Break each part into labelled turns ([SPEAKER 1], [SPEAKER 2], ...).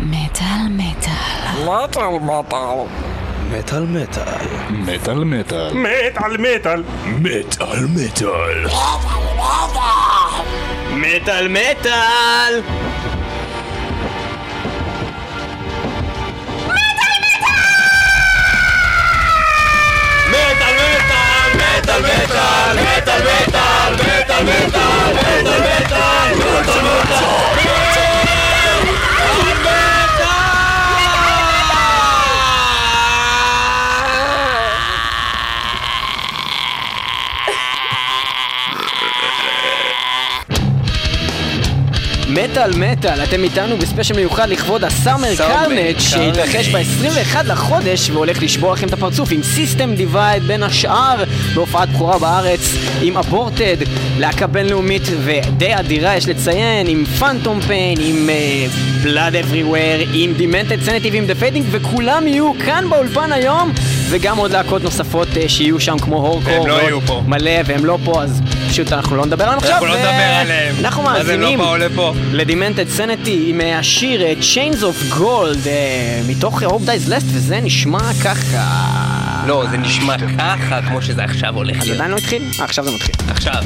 [SPEAKER 1] Metal, metal,
[SPEAKER 2] Metal metal.
[SPEAKER 3] Metal metal.
[SPEAKER 4] Metal metal.
[SPEAKER 2] Metal metal.
[SPEAKER 4] Metal metal.
[SPEAKER 3] Metal metal. Metal metal. Metal metal. Metal metal. Metal metal. Metal metal. Metal metal.
[SPEAKER 5] מטאל מטאל, אתם איתנו בספיישל מיוחד לכבוד הסאמר
[SPEAKER 3] Summer
[SPEAKER 5] קרנט
[SPEAKER 3] Carnage.
[SPEAKER 5] שהתרחש ב-21 לחודש והולך לשבור לכם את הפרצוף עם סיסטם דיווייד בין השאר בהופעת בכורה בארץ עם אבורטד, להקה בינלאומית ודי אדירה יש לציין עם פאנטום פיין, עם בלאד אבריוור, עם דימנטד סנטיב, עם דה פיידינג וכולם יהיו כאן באולפן היום וגם עוד להקות נוספות אה, שיהיו שם כמו הורקור
[SPEAKER 3] והם לא
[SPEAKER 5] ועוד
[SPEAKER 3] יהיו פה.
[SPEAKER 5] מלא והם לא פה אז פשוט אנחנו לא נדבר עליהם עכשיו
[SPEAKER 3] אנחנו לא
[SPEAKER 5] ו-
[SPEAKER 3] נדבר עליהם.
[SPEAKER 5] אנחנו
[SPEAKER 3] אז הם לא
[SPEAKER 5] מאזינים
[SPEAKER 3] באו לפה.
[SPEAKER 5] לדימנטד סנטי עם אה, השיר אה, Chains of Gold אה, מתוך אה, Hope Dies Last וזה נשמע ככה
[SPEAKER 3] לא, זה נשמע ככה כמו שזה עכשיו הולך
[SPEAKER 5] אז
[SPEAKER 3] להיות.
[SPEAKER 5] עדיין לא התחיל? אה, עכשיו זה מתחיל
[SPEAKER 3] עכשיו.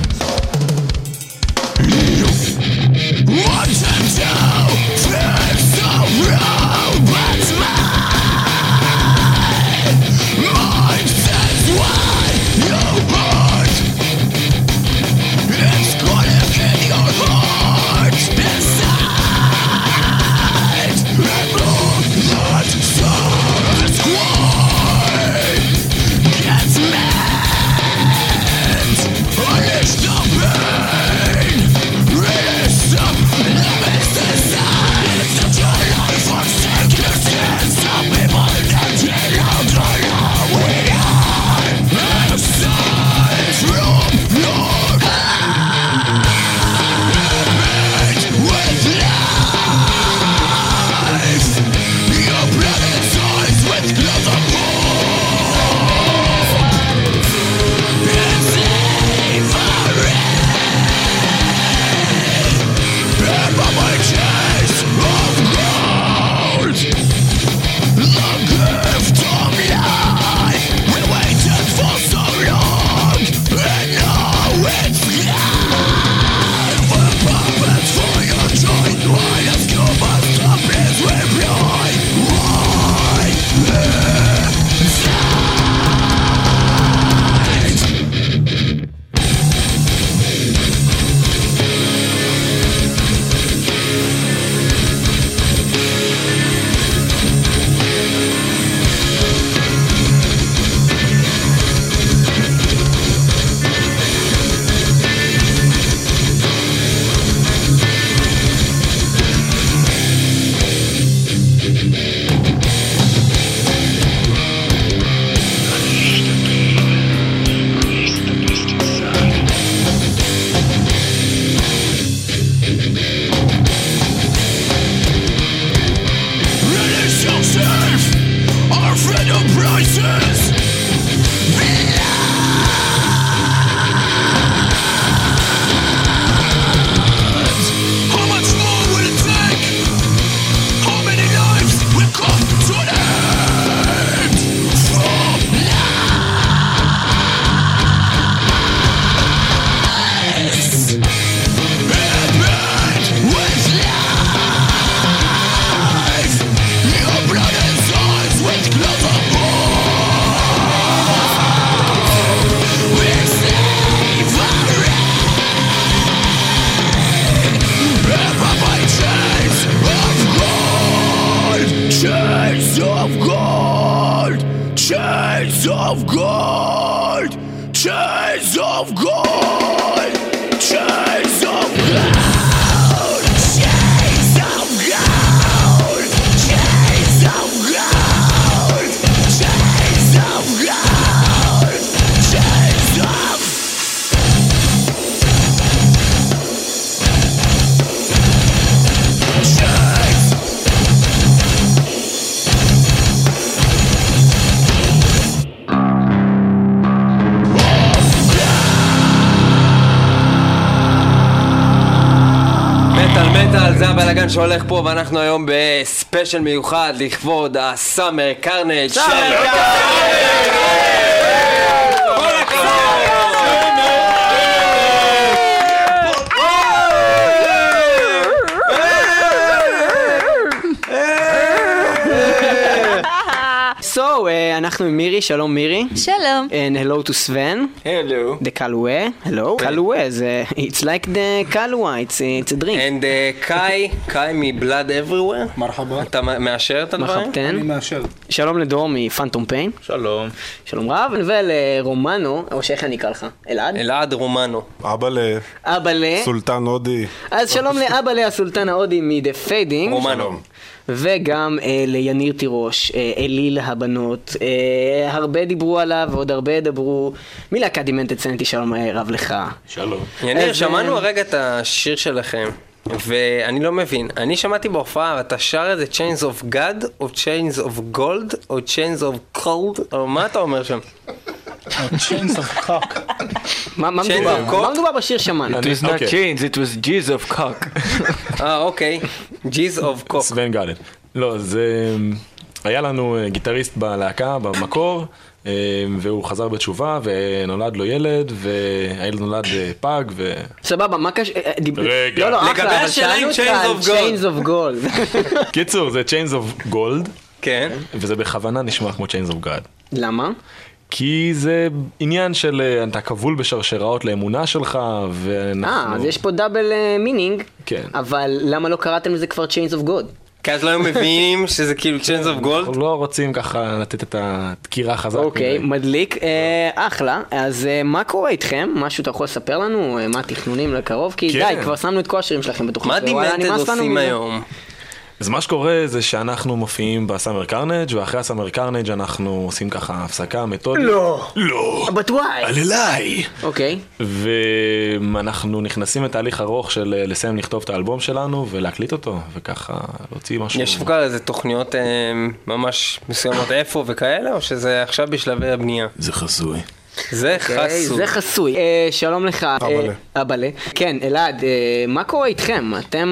[SPEAKER 6] Chains of gold! Chains of gold! Chains of gold! Chains of gold! Chains of gold! Chains of gold! Chains of gold! Chains of
[SPEAKER 5] Metal
[SPEAKER 7] הבלאגן שהולך פה, ואנחנו היום בספיישל מיוחד לכבוד הסאמר קרנג' של... כל הכבוד!
[SPEAKER 5] So, uh, אנחנו עם מירי, שלום מירי.
[SPEAKER 8] שלום.
[SPEAKER 5] And hello to Sven,
[SPEAKER 7] Hello.
[SPEAKER 5] the Kalue, hello, Kalue, זה, it's like the Kalua, it's, it's a drink.
[SPEAKER 7] And uh, קאי, קאי מבלאד אבריוור? מרחבה. אתה מ- מאשר את הדברים?
[SPEAKER 5] מחרטן. שלום לדור מפאנטום פיין.
[SPEAKER 9] שלום.
[SPEAKER 5] שלום רב, ולרומנו, או שאיך אני אקרא לך? אלעד?
[SPEAKER 7] אלעד רומנו.
[SPEAKER 10] אבא
[SPEAKER 5] אבא ל...
[SPEAKER 10] לסולטן הודי.
[SPEAKER 5] אז שלום לאבא ל הסולטן ההודי מ"דה פיידינג",
[SPEAKER 7] רומנו.
[SPEAKER 5] וגם אה, ליניר תירוש, אה, אליל הבנות, אה, הרבה דיברו עליו ועוד הרבה ידברו. מלהקת דימנטד סנטי, שלום אה, רב לך.
[SPEAKER 7] יניר,
[SPEAKER 5] אז,
[SPEAKER 7] שמענו
[SPEAKER 5] אה,
[SPEAKER 7] הרגע את השיר שלכם, ואני לא מבין. אני שמעתי בהופעה, אתה שר איזה Chains of God, או Chains of Gold, או Chains of Cold, או מה אתה אומר שם?
[SPEAKER 9] צ'יינס אוף קאק.
[SPEAKER 5] מה מה
[SPEAKER 7] שאין
[SPEAKER 5] מדובר?
[SPEAKER 7] דרכו?
[SPEAKER 5] מה מדובר בשיר שמענו?
[SPEAKER 9] It was not chains, it was G's of cock.
[SPEAKER 7] אה, אוקיי. G's of Cock.
[SPEAKER 10] סוון גאדן. לא, זה... היה לנו אה, גיטריסט בלהקה, במקור, אה, והוא חזר בתשובה, ונולד לו ילד, והילד נולד אה, פג, ו...
[SPEAKER 5] סבבה, מה קש... אה, אה, דיב-
[SPEAKER 10] רגע.
[SPEAKER 5] לא, לא,
[SPEAKER 7] לגבי
[SPEAKER 5] אחלה, אבל
[SPEAKER 7] השאלה
[SPEAKER 5] שאלנו
[SPEAKER 7] עם
[SPEAKER 5] אותך
[SPEAKER 7] Chains
[SPEAKER 5] על
[SPEAKER 7] of
[SPEAKER 5] Chains of Gold.
[SPEAKER 10] קיצור, זה Chains of Gold,
[SPEAKER 7] כן.
[SPEAKER 10] וזה בכוונה נשמע כמו Chains of God.
[SPEAKER 5] למה?
[SPEAKER 10] כי זה עניין של אה, אתה כבול בשרשראות לאמונה שלך, ואנחנו...
[SPEAKER 5] אה, אז יש פה דאבל מינינג,
[SPEAKER 10] כן.
[SPEAKER 5] אבל למה לא קראתם לזה כבר Chains of God?
[SPEAKER 7] כי אז לא היו מבינים שזה כאילו Chains of Gold.
[SPEAKER 10] אנחנו לא רוצים ככה לתת את הדקירה חזק.
[SPEAKER 5] אוקיי,
[SPEAKER 10] מדי.
[SPEAKER 5] מדליק, אה, אחלה. אז אה, מה קורה איתכם? משהו אתה יכול לספר לנו? אה, מה התכנונים לקרוב? כי
[SPEAKER 10] כן.
[SPEAKER 5] די, כבר שמנו את כל השירים שלכם בתוכנית.
[SPEAKER 7] מה
[SPEAKER 5] ווואלה,
[SPEAKER 7] דימנטד
[SPEAKER 5] נמאס לנו
[SPEAKER 7] עושים
[SPEAKER 5] מזה.
[SPEAKER 7] היום?
[SPEAKER 10] אז מה שקורה זה שאנחנו מופיעים בסאמר קרנג' ואחרי הסאמר קרנג' אנחנו עושים ככה הפסקה מתודית.
[SPEAKER 5] לא.
[SPEAKER 10] לא.
[SPEAKER 5] אבל וואי.
[SPEAKER 10] על אליי.
[SPEAKER 5] אוקיי.
[SPEAKER 10] ואנחנו נכנסים לתהליך ארוך של אה, לסיים לכתוב את האלבום שלנו ולהקליט אותו וככה להוציא משהו.
[SPEAKER 11] לא.
[SPEAKER 7] יש כבר איזה תוכניות אה, ממש מסוימות איפה וכאלה, או שזה עכשיו בשלבי הבנייה?
[SPEAKER 11] זה חסוי.
[SPEAKER 7] זה
[SPEAKER 5] אוקיי,
[SPEAKER 7] חסוי.
[SPEAKER 5] זה חסוי. אה, שלום לך. אבאלה. אבאלה. כן, אלעד, אה, מה קורה איתכם? אתם...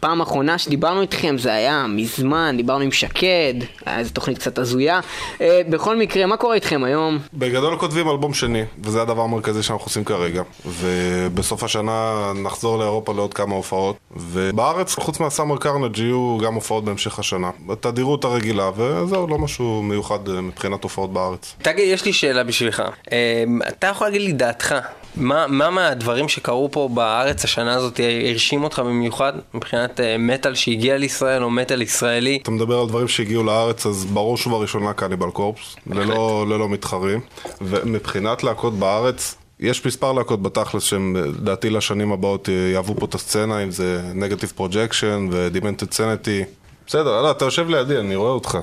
[SPEAKER 5] פעם אחרונה שדיברנו איתכם זה היה מזמן, דיברנו עם שקד, היה איזו תוכנית קצת הזויה. אה, בכל מקרה, מה קורה איתכם היום?
[SPEAKER 12] בגדול כותבים אלבום שני, וזה הדבר המרכזי שאנחנו עושים כרגע. ובסוף השנה נחזור לאירופה לעוד כמה הופעות. ובארץ, חוץ מהסאמר קרנג' יהיו גם הופעות בהמשך השנה. בתדירות הרגילה, וזהו, לא משהו מיוחד אה, מבחינת הופעות בארץ.
[SPEAKER 7] תגיד, יש לי שאלה בשבילך. אמ, אתה יכול להגיד לי דעתך, מה, מה מהדברים שקרו פה בארץ השנה הזאת אה, הרשים אותך במיוחד מבחינת אה, מטאל שהגיע לישראל או מטאל ישראלי?
[SPEAKER 12] אתה מדבר על דברים שהגיעו לארץ, אז בראש ובראשונה קניבל קורפס, ללא, ללא מתחרים. ומבחינת להקות בארץ, יש מספר להקות בתכלס שהם לדעתי לשנים הבאות יהוו פה את הסצנה, אם זה נגטיב פרוג'קשן ודימנטד סנטי. בסדר, לא, אתה יושב לידי, אני רואה אותך.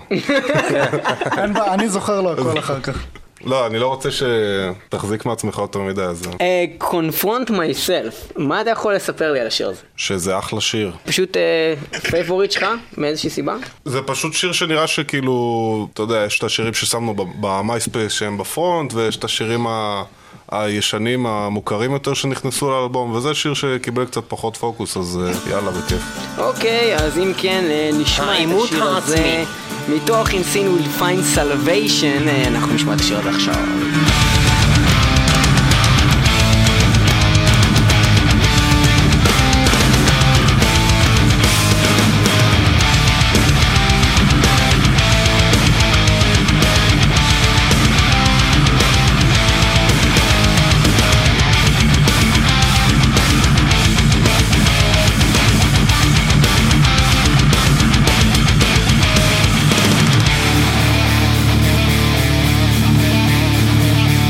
[SPEAKER 9] אין בעיה, אני זוכר לו הכל אחר כך.
[SPEAKER 12] לא, אני לא רוצה שתחזיק מעצמך יותר מדי, אז...
[SPEAKER 5] קונפרונט מייסלף, אה, מה אתה יכול לספר לי על השיר הזה?
[SPEAKER 12] שזה אחלה שיר.
[SPEAKER 5] פשוט פייבוריט שלך, מאיזושהי סיבה?
[SPEAKER 12] זה פשוט שיר שנראה שכאילו, אתה יודע, יש את השירים ששמנו במייספייס שהם בפרונט, ויש את השירים ה... הישנים המוכרים יותר שנכנסו לאלבום, וזה שיר שקיבל קצת פחות פוקוס, אז אה, יאללה, בכיף.
[SPEAKER 5] אוקיי, אז אם כן, אה, נשמע את
[SPEAKER 7] העימות
[SPEAKER 5] השיר הזה.
[SPEAKER 7] העצמי.
[SPEAKER 5] מתוך In Sin We'll Find Salvation, אה, אנחנו נשמע את השיר הזה עכשיו.
[SPEAKER 13] Thank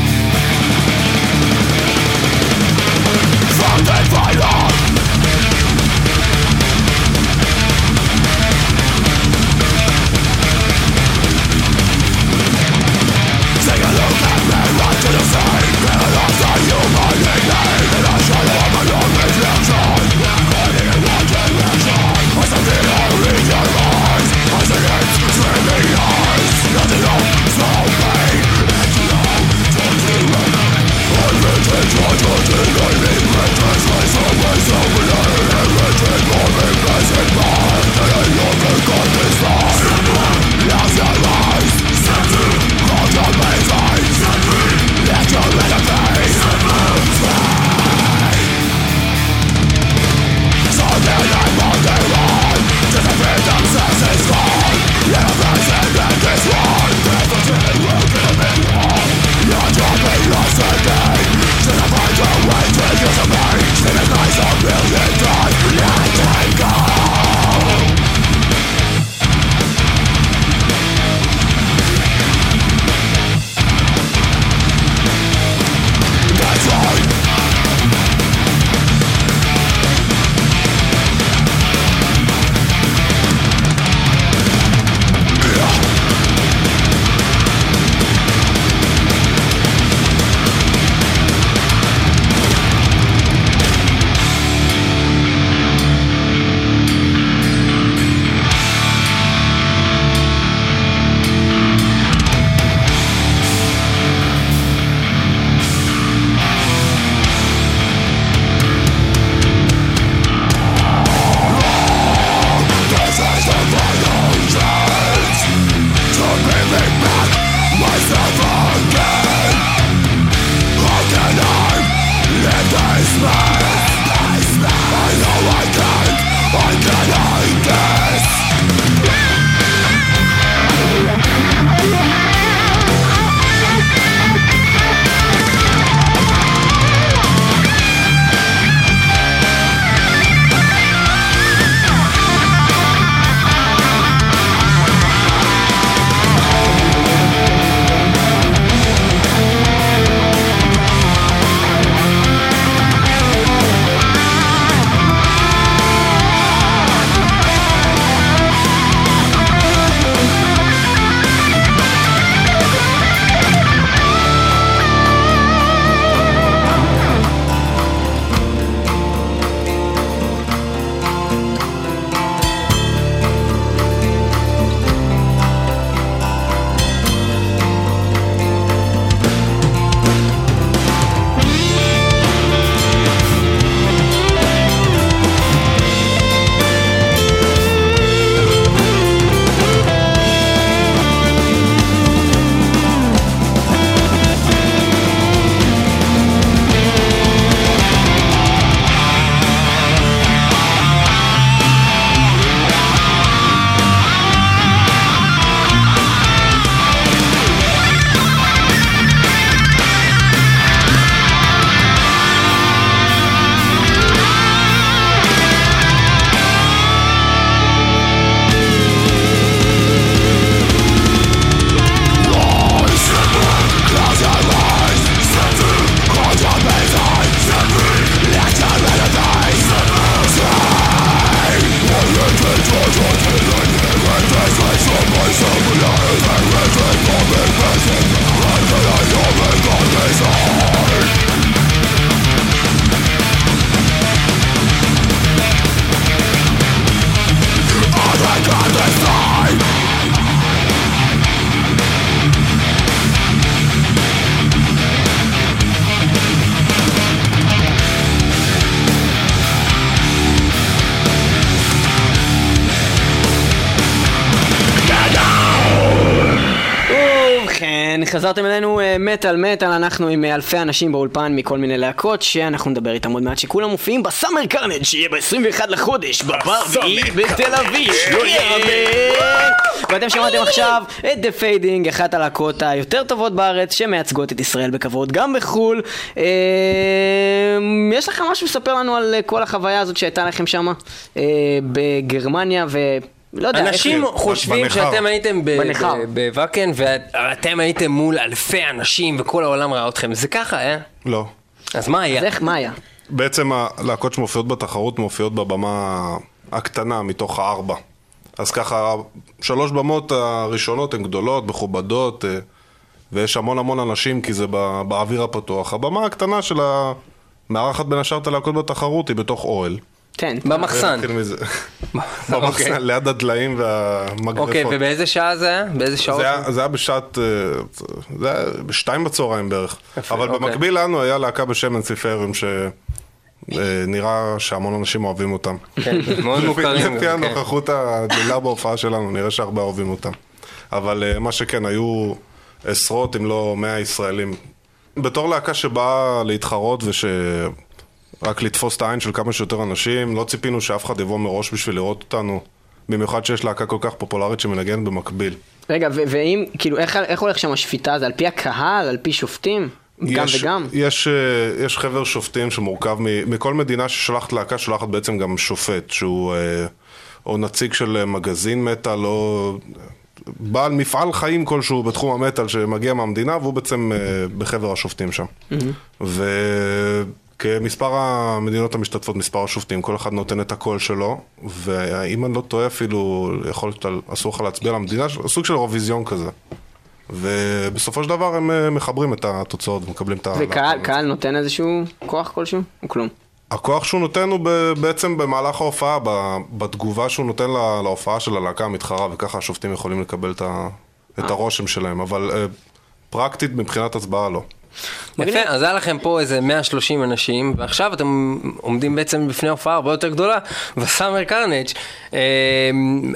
[SPEAKER 5] כן, חזרתם אלינו אה, מטאל מטאל, אנחנו עם אה, אלפי אנשים באולפן מכל מיני להקות שאנחנו נדבר איתם עוד מעט, שכולם מופיעים בסאמר קרנד שיהיה ב-21 לחודש, בבר רביעי בתל אביב. לא יאמן! ואתם שמעתם עכשיו את The Fading, אחת הלהקות היותר טובות בארץ שמייצגות את ישראל בכבוד גם בחו"ל. אה, יש לכם משהו לספר לנו על אה, כל החוויה הזאת שהייתה לכם שם בגרמניה ו... לא יודע, איך-
[SPEAKER 1] אנשים חושבים
[SPEAKER 12] בניכר.
[SPEAKER 1] שאתם הייתם ב-
[SPEAKER 5] בניכר.
[SPEAKER 1] ב- בוואקן ואתם הייתם מול אלפי אנשים וכל העולם ראה אתכם. זה ככה, אה?
[SPEAKER 12] לא.
[SPEAKER 1] אז מה היה?
[SPEAKER 5] אז איך, מה היה?
[SPEAKER 12] בעצם הלהקות שמופיעות בתחרות מופיעות בבמה הקטנה מתוך הארבע. אז ככה, שלוש במות הראשונות הן גדולות, מכובדות, אה, ויש המון המון אנשים כי זה בא- באוויר הפתוח. הבמה הקטנה של ה... מארחת בין השאר את הלהקות בתחרות היא בתוך אוהל.
[SPEAKER 5] כן.
[SPEAKER 1] במחסן.
[SPEAKER 12] נתחיל מזה.
[SPEAKER 1] אוקיי.
[SPEAKER 12] במחסן, ליד הדליים והמגרפות.
[SPEAKER 1] אוקיי, ובאיזה שעה זה היה? באיזה שעות?
[SPEAKER 12] זה היה, זה היה בשעת, אה, זה היה בשתיים בצהריים בערך.
[SPEAKER 1] יפה,
[SPEAKER 12] אבל
[SPEAKER 1] אוקיי.
[SPEAKER 12] במקביל לנו היה להקה בשם אנציפרם, שנראה אה, שהמון אנשים אוהבים אותם.
[SPEAKER 1] כן, מאוד
[SPEAKER 12] לפי-
[SPEAKER 1] מוכרים.
[SPEAKER 12] לפי
[SPEAKER 1] גם, כן.
[SPEAKER 12] הנוכחות הדלילה בהופעה שלנו, נראה שהרבה אוהבים אותם. אבל אה, מה שכן, היו עשרות אם לא מאה ישראלים. בתור להקה שבאה להתחרות וש... רק לתפוס את העין של כמה שיותר אנשים, לא ציפינו שאף אחד יבוא מראש בשביל לראות אותנו. במיוחד שיש להקה כל כך פופולרית שמנגנת במקביל.
[SPEAKER 5] רגע, ו- ואם, כאילו, איך, איך הולך שם השפיטה? זה על פי הקהל? על פי שופטים? גם
[SPEAKER 12] יש,
[SPEAKER 5] וגם?
[SPEAKER 12] יש, אה, יש חבר שופטים שמורכב מ, מכל מדינה ששולחת להקה, שולחת בעצם גם שופט, שהוא אה, או נציג של אה, מגזין מטאל, או אה, בעל מפעל חיים כלשהו בתחום המטאל שמגיע מהמדינה, והוא בעצם אה, בחבר השופטים שם.
[SPEAKER 5] Mm-hmm.
[SPEAKER 12] וכמספר המדינות המשתתפות, מספר השופטים, כל אחד נותן את הקול שלו, ואם אני לא טועה אפילו, יכול להיות, על- אסור לך להצביע למדינה, סוג של אירוויזיון כזה. ובסופו של דבר הם אה, מחברים את התוצאות ומקבלים
[SPEAKER 9] לא,
[SPEAKER 12] את ה...
[SPEAKER 5] וקהל קהל נותן איזשהו כוח כלשהו? או כלום?
[SPEAKER 12] הכוח שהוא נותן הוא ב- בעצם במהלך ההופעה, ב- בתגובה שהוא נותן לה- להופעה של הלהקה המתחרה, וככה השופטים יכולים לקבל את, ה...
[SPEAKER 5] אה.
[SPEAKER 12] את הרושם שלהם, אבל אה, פרקטית מבחינת הצבעה לא.
[SPEAKER 1] יפה, אז היה לכם פה איזה 130 אנשים, ועכשיו אתם עומדים בעצם בפני הופעה הרבה יותר גדולה, וסאמר קרנג'. אה,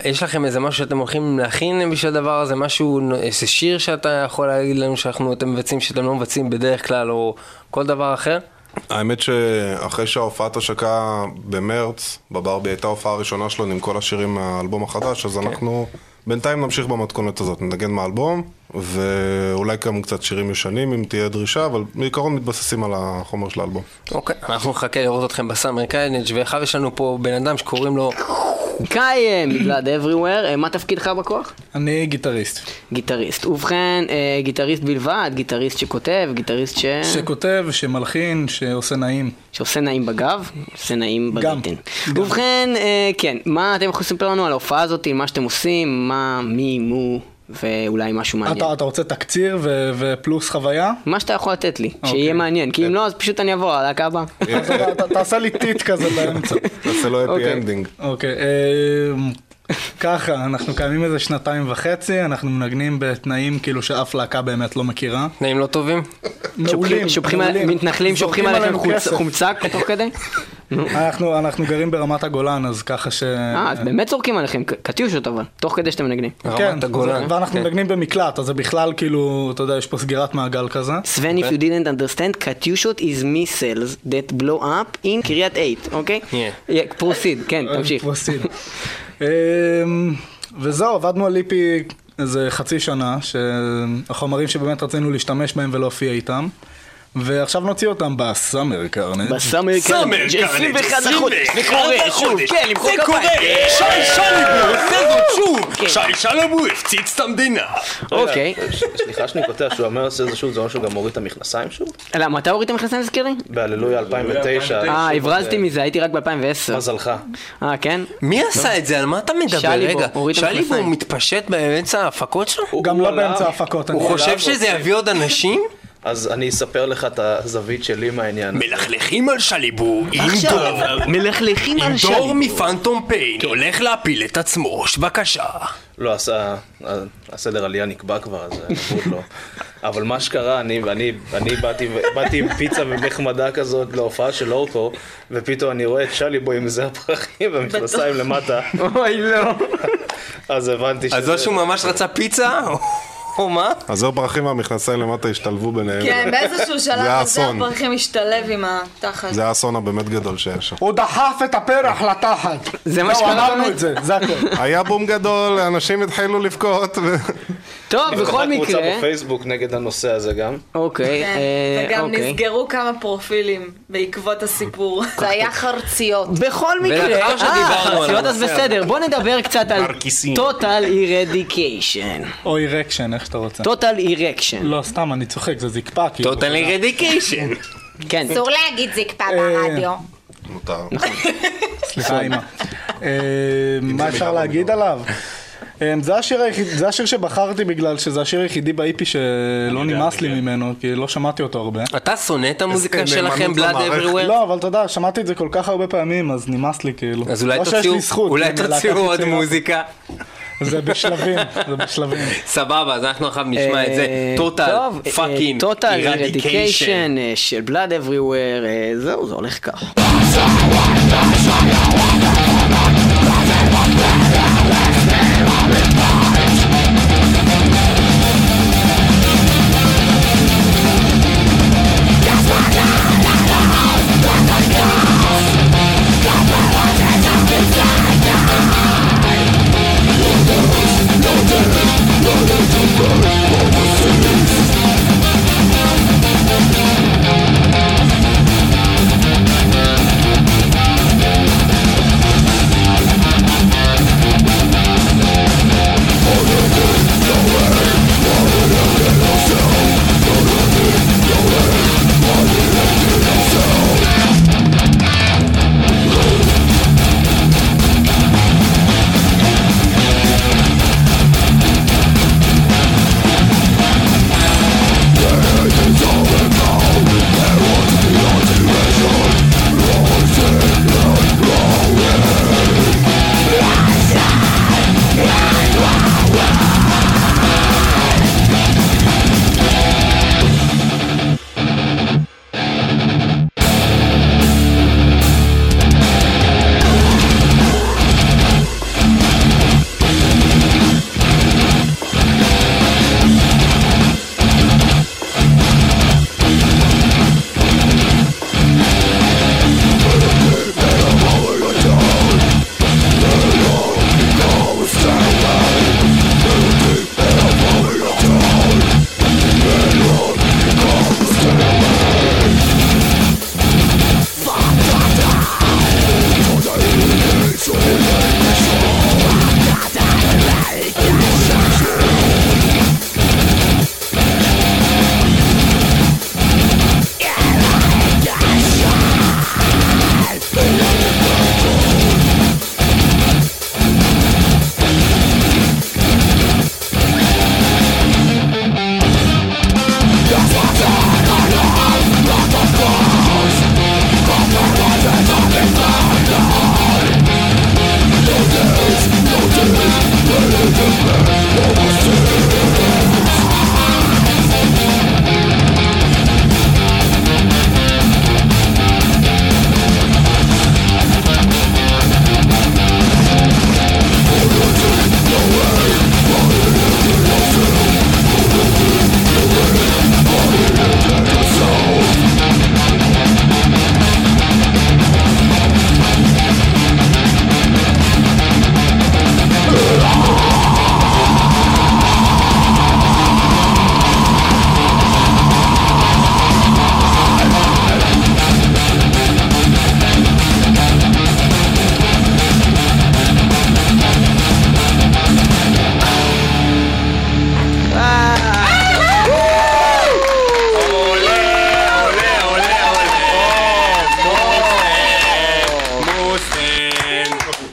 [SPEAKER 1] יש לכם איזה משהו שאתם הולכים להכין בשביל הדבר הזה, משהו, איזה שיר שאתה יכול להגיד לנו שאנחנו, אתם מבצעים, שאתם לא מבצעים בדרך כלל, או כל דבר אחר?
[SPEAKER 12] האמת שאחרי שההופעת השקה במרץ, בברבי הייתה ההופעה הראשונה שלנו עם כל השירים מהאלבום החדש, אז
[SPEAKER 9] אוקיי.
[SPEAKER 12] אנחנו בינתיים נמשיך במתכונת הזאת, ננגן מהאלבום, ואולי גם קצת שירים ישנים אם תהיה דרישה, אבל בעיקרון מתבססים על החומר של האלבום.
[SPEAKER 1] אוקיי, אנחנו נחכה לראות אתכם בסאמר קרנג', ואחר יש לנו פה בן אדם שקוראים לו...
[SPEAKER 5] קיים, בגלעד אבריוור, מה תפקידך בכוח?
[SPEAKER 9] אני גיטריסט.
[SPEAKER 5] גיטריסט. ובכן, אה, גיטריסט בלבד, גיטריסט שכותב, גיטריסט ש...
[SPEAKER 7] כן.
[SPEAKER 9] שכותב, שמלחין, שעושה נעים.
[SPEAKER 5] שעושה נעים בגב, עושה נעים
[SPEAKER 9] גם.
[SPEAKER 5] בבטן. ובכן, אה, כן, מה אתם יכולים לספר לנו על ההופעה הזאת, מה שאתם עושים, מה, מי, מו, ואולי משהו מעניין.
[SPEAKER 9] אתה אתה רוצה תקציר ו- ופלוס חוויה?
[SPEAKER 5] מה שאתה יכול לתת לי,
[SPEAKER 9] אוקיי.
[SPEAKER 5] שיהיה מעניין,
[SPEAKER 9] כן.
[SPEAKER 5] כי אם לא, אז פשוט אני אבוא, הלהקה הבאה.
[SPEAKER 9] אז אתה- אתה- תעשה לי טיט כזה באמצע.
[SPEAKER 12] נעשה לו אפי
[SPEAKER 5] אוקיי.
[SPEAKER 12] אנדינג.
[SPEAKER 9] אוקיי, אמ, ככה, אנחנו קיימים איזה שנתיים וחצי, אנחנו מנגנים בתנאים כאילו שאף להקה באמת לא מכירה.
[SPEAKER 1] תנאים לא טובים?
[SPEAKER 9] מעולים,
[SPEAKER 5] שופכים על-
[SPEAKER 9] מעולים.
[SPEAKER 5] מתנחלים שופכים
[SPEAKER 9] זורקים
[SPEAKER 5] עליכם
[SPEAKER 9] עלינו
[SPEAKER 5] חוצ-
[SPEAKER 9] כסף.
[SPEAKER 5] חומצה תוך כדי?
[SPEAKER 9] אנחנו אנחנו גרים ברמת הגולן, אז ככה ש...
[SPEAKER 5] אה, אז באמת זורקים עליכם ק- קטיושות אבל, תוך כדי שאתם מנגנים.
[SPEAKER 1] רמת הגולן.
[SPEAKER 9] זה- ואנחנו
[SPEAKER 1] כן.
[SPEAKER 9] מנגנים במקלט, אז זה בכלל כאילו, אתה יודע, יש פה סגירת מעגל כזה.
[SPEAKER 5] Sven, if you didn't understand, קטיושות is missiles that blow up in קריית 8, אוקיי?
[SPEAKER 1] Yeah.
[SPEAKER 5] Yeah, פרוסיד, כן,
[SPEAKER 14] Uh,
[SPEAKER 5] תמשיך.
[SPEAKER 9] פרוסיד. אמ, וזהו, עבדנו על ליפי איזה חצי שנה, שהחומרים שבאמת רצינו להשתמש בהם ולהופיע איתם. ועכשיו נוציא אותם בסאמר קרנט.
[SPEAKER 5] בסאמר כן, קרנג' 21 לחודש, זה קורה, שוב, כן, למחוא כפיים.
[SPEAKER 3] שי שלבו עושה זאת שוב! שי שלבו הפציץ את המדינה!
[SPEAKER 5] אוקיי,
[SPEAKER 15] סליחה שאני קוטע, שהוא אומר עושה את זה שוב, זה אומר שהוא גם מוריד את המכנסיים שוב?
[SPEAKER 5] למה אתה הוריד את המכנסיים תזכיר לי?
[SPEAKER 15] בהללויה 2009.
[SPEAKER 5] אה, הברזתי מזה, הייתי רק ב-2010.
[SPEAKER 15] מזלך.
[SPEAKER 5] אה, כן?
[SPEAKER 1] מי עשה את זה? על מה אתה מדבר?
[SPEAKER 5] שליבו,
[SPEAKER 1] רגע,
[SPEAKER 5] הוריד את
[SPEAKER 1] שליבו
[SPEAKER 5] המכנסיים.
[SPEAKER 1] מתפשט באמצע ההפקות שלו?
[SPEAKER 9] גם
[SPEAKER 15] הוא
[SPEAKER 9] לא
[SPEAKER 15] עליו.
[SPEAKER 9] באמצע ההפקות. אני-
[SPEAKER 1] הוא חושב
[SPEAKER 15] עליו,
[SPEAKER 1] שזה
[SPEAKER 15] אוקיי.
[SPEAKER 1] יביא עוד אנשים?
[SPEAKER 15] אז אני אספר לך את הזווית שלי מהעניין.
[SPEAKER 3] מלכלכים על שליבו עם דור.
[SPEAKER 5] עכשיו, מלכלכים על כן.
[SPEAKER 3] דור
[SPEAKER 5] שלי.
[SPEAKER 3] מפנטום פיין הולך להפיל את עצמו, בבקשה.
[SPEAKER 15] לא, הס- ה- ה- הסדר עלייה נקבע כבר, אז עבוד לא. אבל מה שקרה, אני ואני אני באתי ו- באתי עם פיצה ונחמדה כזאת להופעה של אורקו, ופתאום אני רואה את שליבו עם זה הפרחים והמכנסיים למטה,
[SPEAKER 5] אוי, לא.
[SPEAKER 15] אז הבנתי
[SPEAKER 1] אז או שהוא ממש רצה פיצה, או-
[SPEAKER 7] חומה.
[SPEAKER 12] הזר פרחים והמכנסיים למטה השתלבו ביניהם.
[SPEAKER 14] כן, באיזשהו שלב
[SPEAKER 12] זה
[SPEAKER 14] הזה
[SPEAKER 12] האסון.
[SPEAKER 14] הפרחים השתלב עם התחת.
[SPEAKER 12] זה האסון הבאמת גדול שהיה שם.
[SPEAKER 16] הוא דחף את הפרח לתחת.
[SPEAKER 5] זה
[SPEAKER 12] מה שקרה
[SPEAKER 16] אמרנו
[SPEAKER 12] באמת.
[SPEAKER 16] את זה, זה הכל.
[SPEAKER 12] היה בום גדול, אנשים התחילו לבכות. ו-
[SPEAKER 5] טוב,
[SPEAKER 15] נפתחה קבוצה בפייסבוק נגד הנושא הזה גם.
[SPEAKER 5] אוקיי,
[SPEAKER 14] כן,
[SPEAKER 17] אה,
[SPEAKER 14] וגם
[SPEAKER 17] אוקיי.
[SPEAKER 14] נסגרו כמה פרופילים בעקבות הסיפור. אוקיי.
[SPEAKER 17] זה היה חרציות.
[SPEAKER 5] בכל מקרה, חרציות אז בסדר, בוא נדבר קצת על total eradication.
[SPEAKER 9] או אירקשן, איך שאתה רוצה.
[SPEAKER 5] total erection.
[SPEAKER 9] לא, סתם, אני צוחק, זה זקפה כאילו.
[SPEAKER 7] total eradication.
[SPEAKER 5] כן.
[SPEAKER 17] אסור להגיד זקפה
[SPEAKER 14] אה,
[SPEAKER 17] ברדיו.
[SPEAKER 12] מותר.
[SPEAKER 9] נכון. סליחה, אימא. אה, מה אפשר להגיד עליו? אה, זה השיר היחיד- זה השיר שבחרתי בגלל שזה השיר היחידי באיפי שלא נמאס לי ממנו, כי לא שמעתי אותו הרבה.
[SPEAKER 7] אתה שונא את המוזיקה שלכם, בלאד אבריוור?
[SPEAKER 9] לא, אבל אתה יודע, שמעתי את זה כל כך הרבה פעמים, אז נמאס לי כאילו.
[SPEAKER 7] אז אולי
[SPEAKER 9] לא שיש
[SPEAKER 7] תוציאו-
[SPEAKER 9] לי זכות,
[SPEAKER 7] אולי
[SPEAKER 3] כן,
[SPEAKER 9] אני
[SPEAKER 7] תוציאו
[SPEAKER 9] להקת
[SPEAKER 7] עוד
[SPEAKER 9] יצירה.
[SPEAKER 7] מוזיקה.
[SPEAKER 9] זה בשלבים, זה בשלבים.
[SPEAKER 7] סבבה, אז אנחנו עכשיו נשמע את זה. total
[SPEAKER 5] אה, טוב, אה,
[SPEAKER 7] fucking
[SPEAKER 5] total
[SPEAKER 7] eradication.
[SPEAKER 5] eradication אה, של blood everywhere, אה, זהו, זה הולך כך.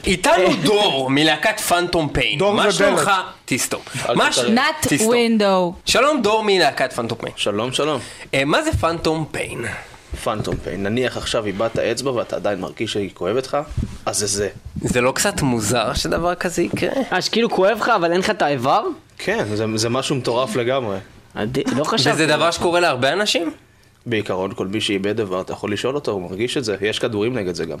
[SPEAKER 7] איתנו דור מלהקת פנטום פיין.
[SPEAKER 14] דור
[SPEAKER 7] מה
[SPEAKER 14] ובלט.
[SPEAKER 7] שלומך? תסתום. מה ש-
[SPEAKER 17] נת
[SPEAKER 7] תסתום.
[SPEAKER 17] ווינדו.
[SPEAKER 7] שלום דור מלהקת פנטום פיין.
[SPEAKER 15] שלום, שלום.
[SPEAKER 1] אה,
[SPEAKER 7] מה זה פנטום פיין?
[SPEAKER 15] פנטום פיין. נניח עכשיו איבדת אצבע ואתה עדיין מרגיש שהיא כואבת לך, אז זה זה.
[SPEAKER 7] זה לא קצת מוזר שדבר כזה יקרה?
[SPEAKER 5] אז כאילו כואב לך, אבל אין לך את האיבר?
[SPEAKER 15] כן, זה, זה משהו מטורף לגמרי.
[SPEAKER 5] לא חשבתי.
[SPEAKER 7] וזה דבר שקורה להרבה אנשים?
[SPEAKER 15] בעיקרון, כל מי שאיבד איבר, אתה יכול לשאול אותו, הוא מרגיש את זה. יש כדורים נגד זה גם.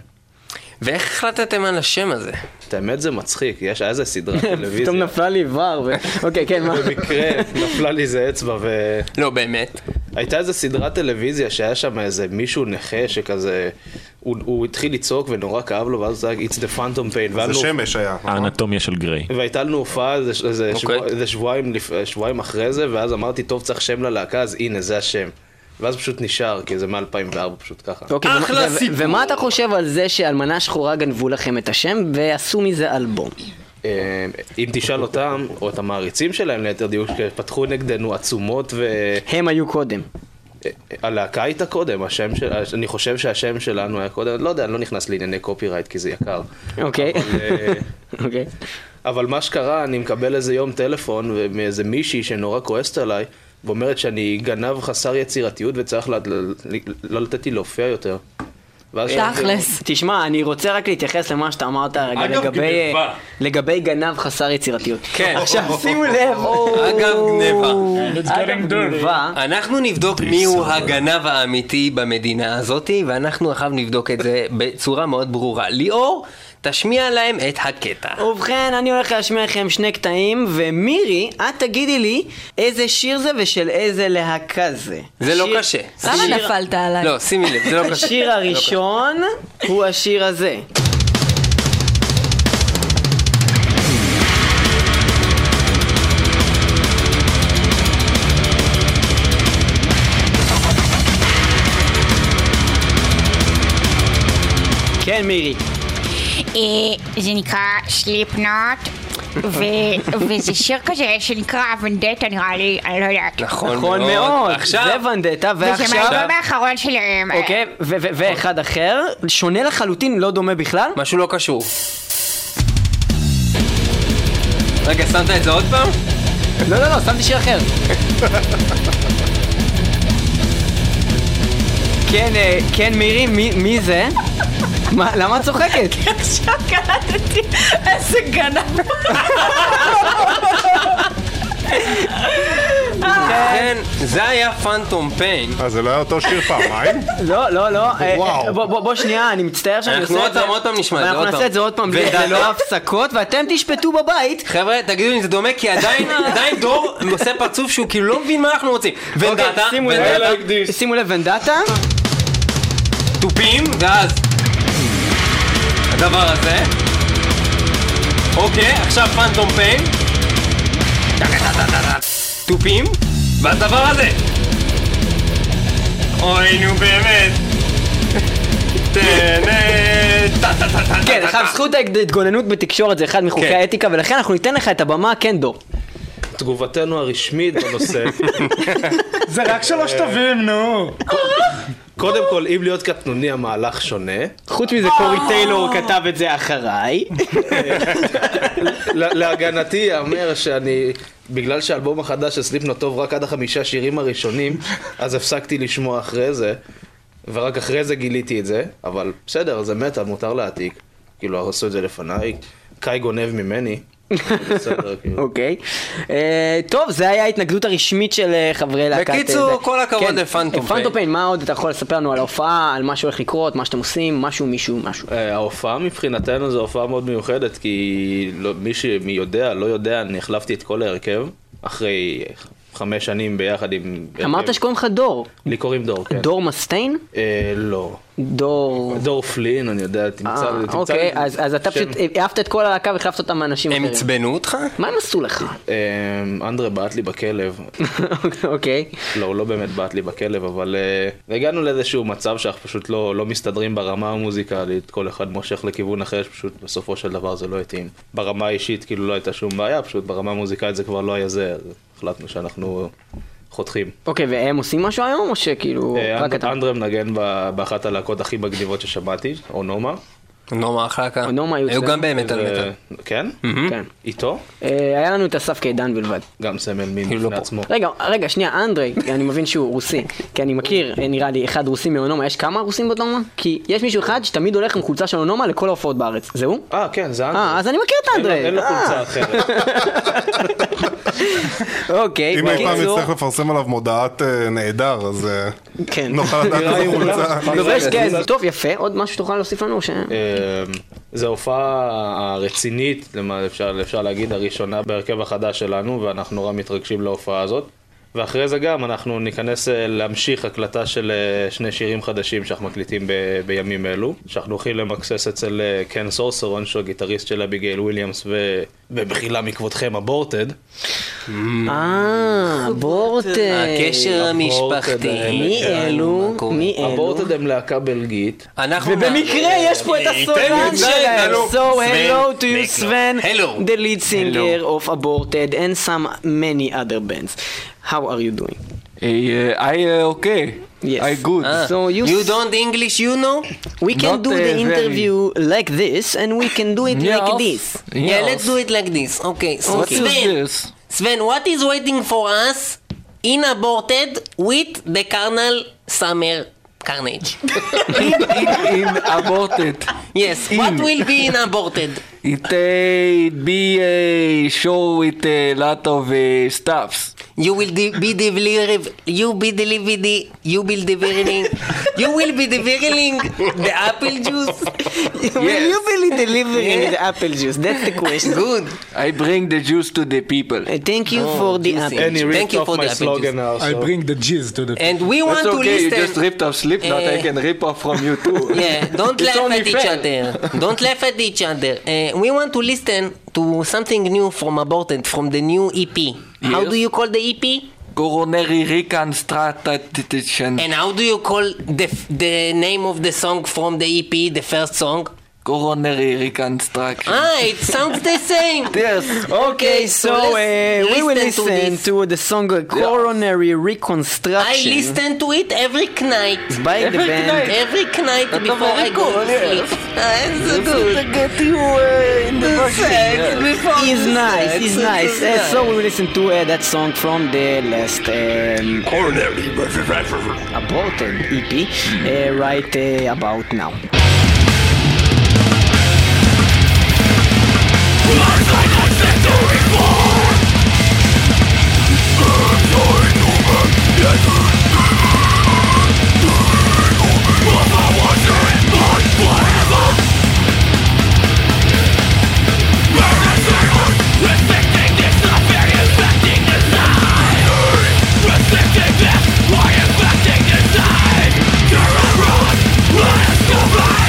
[SPEAKER 1] ואיך החלטתם על השם הזה?
[SPEAKER 15] את האמת זה מצחיק, יש היה איזה סדרה טלוויזיה.
[SPEAKER 5] פתאום נפלה לי איבר, ו- אוקיי, כן, מה?
[SPEAKER 15] במקרה נפלה לי איזה אצבע ו...
[SPEAKER 1] לא, באמת.
[SPEAKER 15] הייתה איזה סדרת טלוויזיה שהיה שם איזה מישהו נכה שכזה... הוא, הוא התחיל לצעוק ונורא כאב לו, ואז זה היה It's the Phantom Pain. והיה
[SPEAKER 12] זה
[SPEAKER 15] לו-
[SPEAKER 12] שמש היה.
[SPEAKER 10] האנטומיה של גריי.
[SPEAKER 15] והייתה לנו הופעה איזה, איזה, okay.
[SPEAKER 12] אוקיי.
[SPEAKER 15] שבוע, איזה שבועיים, לפ- אה, שבועיים אחרי זה, ואז אמרתי, טוב, צריך שם ללהקה, אז הנה, זה השם. ואז פשוט נשאר, כי זה מ-2004 פשוט ככה.
[SPEAKER 5] אוקיי, ומה- ו- ומה אתה חושב על זה שאלמנה שחורה גנבו לכם את השם ועשו מזה אלבום?
[SPEAKER 15] אה, אם תשאל אותם, או את המעריצים שלהם ליתר דיוק, שפתחו נגדנו עצומות ו... אה,
[SPEAKER 5] הם היו קודם.
[SPEAKER 15] הלהקה הייתה קודם, השם של... אני חושב שהשם שלנו היה קודם, לא יודע, אני לא נכנס לענייני קופירייט כי זה יקר.
[SPEAKER 5] אוקיי.
[SPEAKER 15] אבל, אה,
[SPEAKER 5] אוקיי.
[SPEAKER 15] אבל מה שקרה, אני מקבל איזה יום טלפון מאיזה מישהי שנורא כועסת עליי, ואומרת שאני גנב חסר יצירתיות וצריך לה- ל- ל- לא לתת לי להופיע יותר. ואז שאלתי-
[SPEAKER 5] תשמע, אני רוצה רק להתייחס למה שאתה אמרת רגע
[SPEAKER 15] אגב,
[SPEAKER 5] לגבי...
[SPEAKER 15] גניבה.
[SPEAKER 5] לגבי גנב חסר יצירתיות.
[SPEAKER 1] כן. Oh.
[SPEAKER 5] עכשיו שימו לב.
[SPEAKER 1] אגב גניבה.
[SPEAKER 5] אגב גניבה.
[SPEAKER 1] אנחנו נבדוק מיהו הגנב האמיתי במדינה הזאת, ואנחנו אחריו נבדוק את זה בצורה מאוד ברורה. ליאור, תשמיע להם את הקטע.
[SPEAKER 5] ובכן, אני הולך להשמיע לכם שני קטעים, ומירי, את תגידי לי איזה שיר זה ושל איזה להקה זה.
[SPEAKER 1] זה לא קשה.
[SPEAKER 7] למה
[SPEAKER 1] השיר-
[SPEAKER 7] נפלת עליי?
[SPEAKER 1] לא, שימי לב, זה לא קשה.
[SPEAKER 5] השיר
[SPEAKER 1] זה לא קשה.
[SPEAKER 5] הראשון הוא השיר הזה. כן, מירי.
[SPEAKER 17] אה, זה נקרא סליפנוט, וזה שיר כזה שנקרא ונדטה נראה לי, אני לא יודעת.
[SPEAKER 5] נכון מאוד. עכשיו. זה ונדטה, ועכשיו...
[SPEAKER 17] וזה מהאלבום האחרון שלהם.
[SPEAKER 5] אוקיי, ו- ו- ואחד אחר, שונה לחלוטין, לא דומה בכלל.
[SPEAKER 1] משהו לא קשור. רגע, שמת את זה עוד פעם?
[SPEAKER 5] לא, לא, לא, שמתי שיר אחר. כן, אה, כן, מירי, מי- מי זה? מה, למה את צוחקת?
[SPEAKER 18] עכשיו קלטתי איזה גנב.
[SPEAKER 1] כן, זה היה פאנטום פיין.
[SPEAKER 12] אה, זה לא היה אותו שיר פעמיים?
[SPEAKER 5] לא, לא, לא. אה, אה, בוא, בוא, בוא, שנייה, אני מצטער שאני
[SPEAKER 1] אנחנו
[SPEAKER 5] עושה
[SPEAKER 1] עוד
[SPEAKER 5] את זה.
[SPEAKER 1] פעם, עוד פעם נשמע את זה,
[SPEAKER 5] אנחנו
[SPEAKER 1] עוד
[SPEAKER 5] נעשה
[SPEAKER 1] פעם.
[SPEAKER 5] את זה עוד פעם,
[SPEAKER 1] ודלו-
[SPEAKER 5] ללא הפסקות, ואתם תשפטו בבית.
[SPEAKER 1] חבר'ה, תגידו לי אם זה דומה, כי עדיין, עדיין דור עושה פרצוף שהוא כאילו לא מבין מה אנחנו רוצים. ונדטה,
[SPEAKER 5] אוקיי, שימו לב,
[SPEAKER 1] ונדטה,
[SPEAKER 5] שימו לב, ונדטה.
[SPEAKER 1] תופים, ואז הדבר הזה. אוקיי, עכשיו פאנטום פיין. תופים, והדבר הזה. אוי, נו באמת.
[SPEAKER 5] כן, עכשיו זכות ההתגוננות בתקשורת זה אחד מחוקי
[SPEAKER 1] כן.
[SPEAKER 5] האתיקה, ולכן אנחנו ניתן לך את הבמה, כן, דור.
[SPEAKER 15] תגובתנו הרשמית בנושא.
[SPEAKER 9] זה רק שלוש תווים, נו.
[SPEAKER 15] קודם כל, אם להיות קטנוני, המהלך שונה.
[SPEAKER 5] חוץ מזה, קורי
[SPEAKER 9] אה.
[SPEAKER 5] טיילור כתב את זה אחריי.
[SPEAKER 15] ל- להגנתי ייאמר שאני, בגלל שהאלבום החדש של סליפנו טוב רק עד החמישה שירים הראשונים, אז הפסקתי לשמוע אחרי זה, ורק אחרי זה גיליתי את זה, אבל בסדר, זה מטאל, מותר להעתיק. כאילו, עשו את זה לפניי, קאי גונב ממני. בסדר, כאילו.
[SPEAKER 5] אוקיי. אה, טוב, זה היה ההתנגדות הרשמית של אה, חברי להקת...
[SPEAKER 1] בקיצור,
[SPEAKER 5] אה, זה.
[SPEAKER 1] כל הכבוד
[SPEAKER 5] כן,
[SPEAKER 1] לפאנטום
[SPEAKER 5] אה,
[SPEAKER 1] פיין.
[SPEAKER 5] פאנטום פיין, מה עוד אתה יכול לספר לנו על ההופעה, על מה שהולך לקרות, מה שאתם עושים, משהו, מישהו, משהו.
[SPEAKER 15] אה, ההופעה מבחינתנו זו הופעה מאוד מיוחדת, כי לא, מי שיודע, לא יודע, אני החלפתי את כל ההרכב, אחרי חמש שנים ביחד עם...
[SPEAKER 5] אמרת שקוראים לך דור.
[SPEAKER 15] לי קוראים דור, כן.
[SPEAKER 5] דור מסטיין?
[SPEAKER 15] אה, לא.
[SPEAKER 5] דור...
[SPEAKER 15] דור פלין, אני יודע, תמצא...
[SPEAKER 5] אה,
[SPEAKER 15] תמצא
[SPEAKER 5] אוקיי,
[SPEAKER 15] לי
[SPEAKER 5] אז אז אתה
[SPEAKER 15] שם.
[SPEAKER 5] פשוט העפת את כל הלהקה והחלפת אותם מאנשים אחרים. הם
[SPEAKER 1] עצבנו אותך?
[SPEAKER 5] מה הם עשו לך?
[SPEAKER 15] אמ, אנדרה בעט לי בכלב.
[SPEAKER 5] אוקיי.
[SPEAKER 15] לא, הוא לא באמת בעט לי בכלב, אבל אה, הגענו לאיזשהו מצב שאנחנו פשוט לא לא מסתדרים ברמה המוזיקלית, כל אחד מושך לכיוון אחר, שפשוט בסופו של דבר זה לא התאים. ברמה האישית כאילו לא הייתה שום בעיה, פשוט ברמה המוזיקלית זה כבר לא היה זה, אז החלטנו שאנחנו חותכים.
[SPEAKER 5] אוקיי, והם עושים משהו היום, או שכאילו...
[SPEAKER 15] אה,
[SPEAKER 5] רק
[SPEAKER 15] אנד-
[SPEAKER 5] אתה?
[SPEAKER 15] אנדרה מנגן ב- באחת הלהקות הכי מגניבות ששמעתי, אונומה.
[SPEAKER 1] נורמה אחלה כאן.
[SPEAKER 5] נורמה היו
[SPEAKER 1] היו
[SPEAKER 5] אצלנו.
[SPEAKER 1] גם באמת על מטאל.
[SPEAKER 15] אה, כן?
[SPEAKER 5] כן.
[SPEAKER 15] איתו?
[SPEAKER 5] אה, היה לנו את אסף קידן בלבד.
[SPEAKER 15] גם סמל מין
[SPEAKER 5] כאילו לא
[SPEAKER 15] בפני עצמו.
[SPEAKER 5] רגע, רגע, שנייה, אנדרי, אני מבין שהוא רוסי, כי אני מכיר, אה, נראה לי, אחד רוסי מאונומה, יש כמה רוסים באונומה? כי יש מישהו אחד שתמיד הולך עם חולצה של אונומה לכל ההופעות בארץ, זה הוא?
[SPEAKER 15] אה, כן, זה אנדרי.
[SPEAKER 5] אה, אז אני מכיר את
[SPEAKER 15] אין לו-
[SPEAKER 5] אנדרי.
[SPEAKER 15] אין לו
[SPEAKER 5] אה.
[SPEAKER 15] חולצה אחרת.
[SPEAKER 5] אוקיי,
[SPEAKER 12] אם אי פעם
[SPEAKER 5] בקיצור-
[SPEAKER 12] נצטרך לפרסם עליו מודעת אה, נעדר, אז אה,
[SPEAKER 5] כן.
[SPEAKER 12] נוכל לדעת איזה חולצה.
[SPEAKER 19] לא-
[SPEAKER 5] לובש, כן, טוב, יפה, עוד משהו שתוכל להוסיף לנו? או ש...
[SPEAKER 15] אה, זו ההופעה הרצינית, למה אפשר, אפשר להגיד, הראשונה בהרכב החדש שלנו, ואנחנו נורא מתרגשים להופעה הזאת. ואחרי זה גם אנחנו ניכנס אה, להמשיך הקלטה של אה, שני שירים חדשים שאנחנו מקליטים ב- בימים אלו. שאנחנו הולכים למקסס אצל אה, קן סורסרון, שהוא הגיטריסט של אביגייל וויליאמס, ובחילה מכבודכם אבורטד.
[SPEAKER 5] אה, בורטד. אה, מי אלו? מי אלו?
[SPEAKER 15] אבורטד הם להקה בלגית.
[SPEAKER 5] ובמקרה יש פה את הסולן שלהם. So hello to you Sven, the lead singer of Aborted and some many other bands. How are you doing?
[SPEAKER 7] I uh, okay.
[SPEAKER 5] Yes.
[SPEAKER 7] I good.
[SPEAKER 5] So you
[SPEAKER 1] אה, You don't English, you know?
[SPEAKER 5] We can
[SPEAKER 7] Not,
[SPEAKER 5] do
[SPEAKER 7] uh,
[SPEAKER 5] the
[SPEAKER 7] very.
[SPEAKER 5] interview like this and we can do it like
[SPEAKER 1] Yes.
[SPEAKER 5] this.
[SPEAKER 1] Yeah, let's do it like this. Okay, so
[SPEAKER 5] What is
[SPEAKER 1] Sven,
[SPEAKER 5] this?
[SPEAKER 1] Sven, what is waiting for us in aborted with the carnal summer carnage?
[SPEAKER 7] in, in, in aborted.
[SPEAKER 1] Yes,
[SPEAKER 7] In.
[SPEAKER 1] what will be in aborted?
[SPEAKER 7] It uh, it be a show with a lot of uh, stuffs.
[SPEAKER 1] You will de- be delivering. You be delivering. You will delivering. you will be delivering the apple juice.
[SPEAKER 5] Will you really delivering the apple juice? That's the question.
[SPEAKER 1] Good.
[SPEAKER 7] I bring the juice to the people.
[SPEAKER 5] thank you Oh, for the juicy. apple Any juice. ripped Thank you off for the my apple slogan juice. now, I so- bring
[SPEAKER 7] the jizz to the
[SPEAKER 1] And we want
[SPEAKER 7] That's
[SPEAKER 1] to
[SPEAKER 7] okay,
[SPEAKER 1] listen-
[SPEAKER 7] You just ripped off sleep, not I
[SPEAKER 1] Uh,
[SPEAKER 7] can rip off from you too.
[SPEAKER 1] Yeah, don't
[SPEAKER 7] It's
[SPEAKER 1] laugh
[SPEAKER 7] only
[SPEAKER 1] at each
[SPEAKER 7] fair.
[SPEAKER 1] other. Don't laugh at each other. Uh, we want to listen to something new from Aborted, from the new EP. How
[SPEAKER 7] Yes.
[SPEAKER 1] do you call the E EP?
[SPEAKER 7] Coronary reconstruction.
[SPEAKER 1] And how do you call the the name of the song from the EP, the first song?
[SPEAKER 7] Coronary reconstruction.
[SPEAKER 1] Ah, it sounds the same.
[SPEAKER 7] yes.
[SPEAKER 5] Okay, so uh, we will listen
[SPEAKER 1] this.
[SPEAKER 5] to, the song uh, Coronary
[SPEAKER 1] I
[SPEAKER 5] Reconstruction.
[SPEAKER 1] listen to it every night.
[SPEAKER 5] By the Every band. night.
[SPEAKER 1] Every night
[SPEAKER 5] That's
[SPEAKER 1] before I
[SPEAKER 5] very
[SPEAKER 1] go
[SPEAKER 5] cool,
[SPEAKER 1] to sleep.
[SPEAKER 5] yes.
[SPEAKER 1] Ah, it's so good.
[SPEAKER 7] get you uh, in
[SPEAKER 1] the sex before
[SPEAKER 5] It's
[SPEAKER 1] the
[SPEAKER 5] nice,
[SPEAKER 1] sex.
[SPEAKER 5] it's nice. Uh, so we will listen to uh, that song from the last um,
[SPEAKER 6] Coronary.
[SPEAKER 5] aborted EP uh, right uh, about now.
[SPEAKER 6] Why affecting design? You're a rod, let us go by.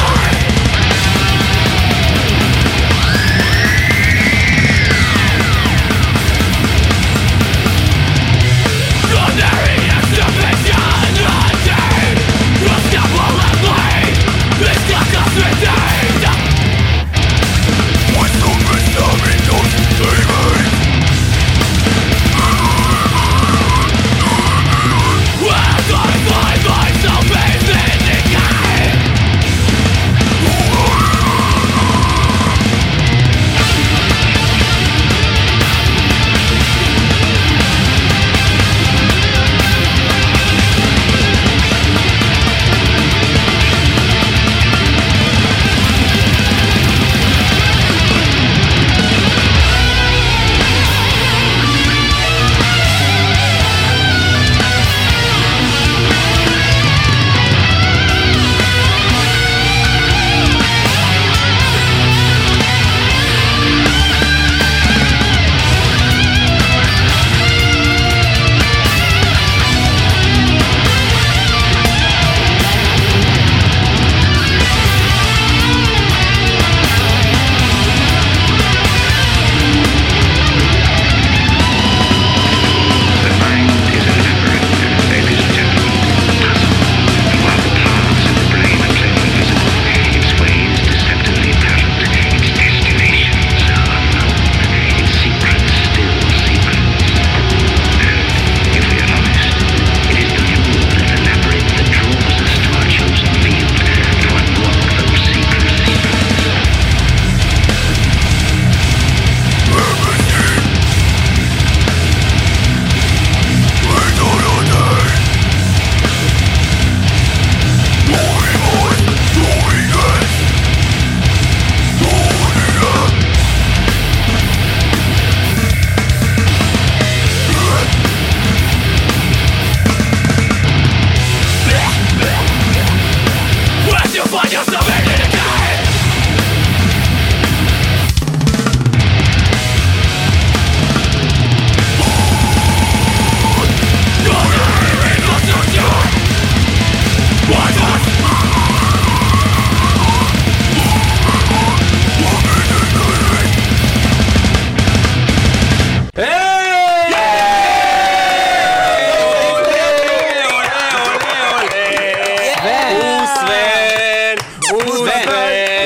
[SPEAKER 5] Oh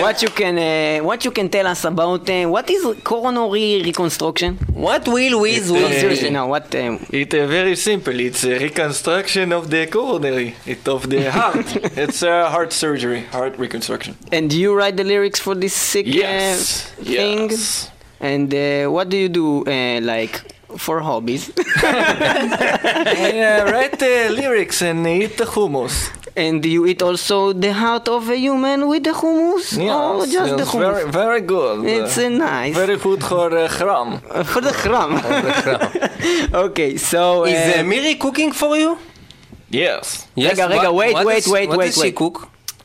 [SPEAKER 5] what you can uh, what you can tell us about uh, what is coronary reconstruction?
[SPEAKER 19] What will we
[SPEAKER 5] No,
[SPEAKER 1] Eh.
[SPEAKER 5] seriously, no. What? Um,
[SPEAKER 19] It's uh, very simple. It's a reconstruction of the coronary, it, of the heart. it's uh, heart surgery, heart reconstruction. Uh,
[SPEAKER 5] And do you write the lyrics for this sick
[SPEAKER 19] Yes,
[SPEAKER 5] uh, thing? And uh, what do you do, uh, like, for hobbies?
[SPEAKER 19] I uh, write the lyrics and eat the hummus.
[SPEAKER 5] And you eat also the heart of a human with the hummus? or
[SPEAKER 19] Yes,
[SPEAKER 5] just the
[SPEAKER 19] yes,
[SPEAKER 5] hummus?
[SPEAKER 19] very, very good.
[SPEAKER 5] It's uh, nice.
[SPEAKER 19] Very good for uh, Khram.
[SPEAKER 5] For the Khram. okay, so...
[SPEAKER 1] Is uh,
[SPEAKER 5] uh,
[SPEAKER 1] מירי cooking for you?
[SPEAKER 19] Yes.
[SPEAKER 5] רגע, רגע,
[SPEAKER 1] what-
[SPEAKER 5] wait,
[SPEAKER 1] what
[SPEAKER 5] wait,
[SPEAKER 1] is-
[SPEAKER 5] wait,
[SPEAKER 1] what
[SPEAKER 5] wait,
[SPEAKER 1] is she
[SPEAKER 5] wait.
[SPEAKER 1] cook?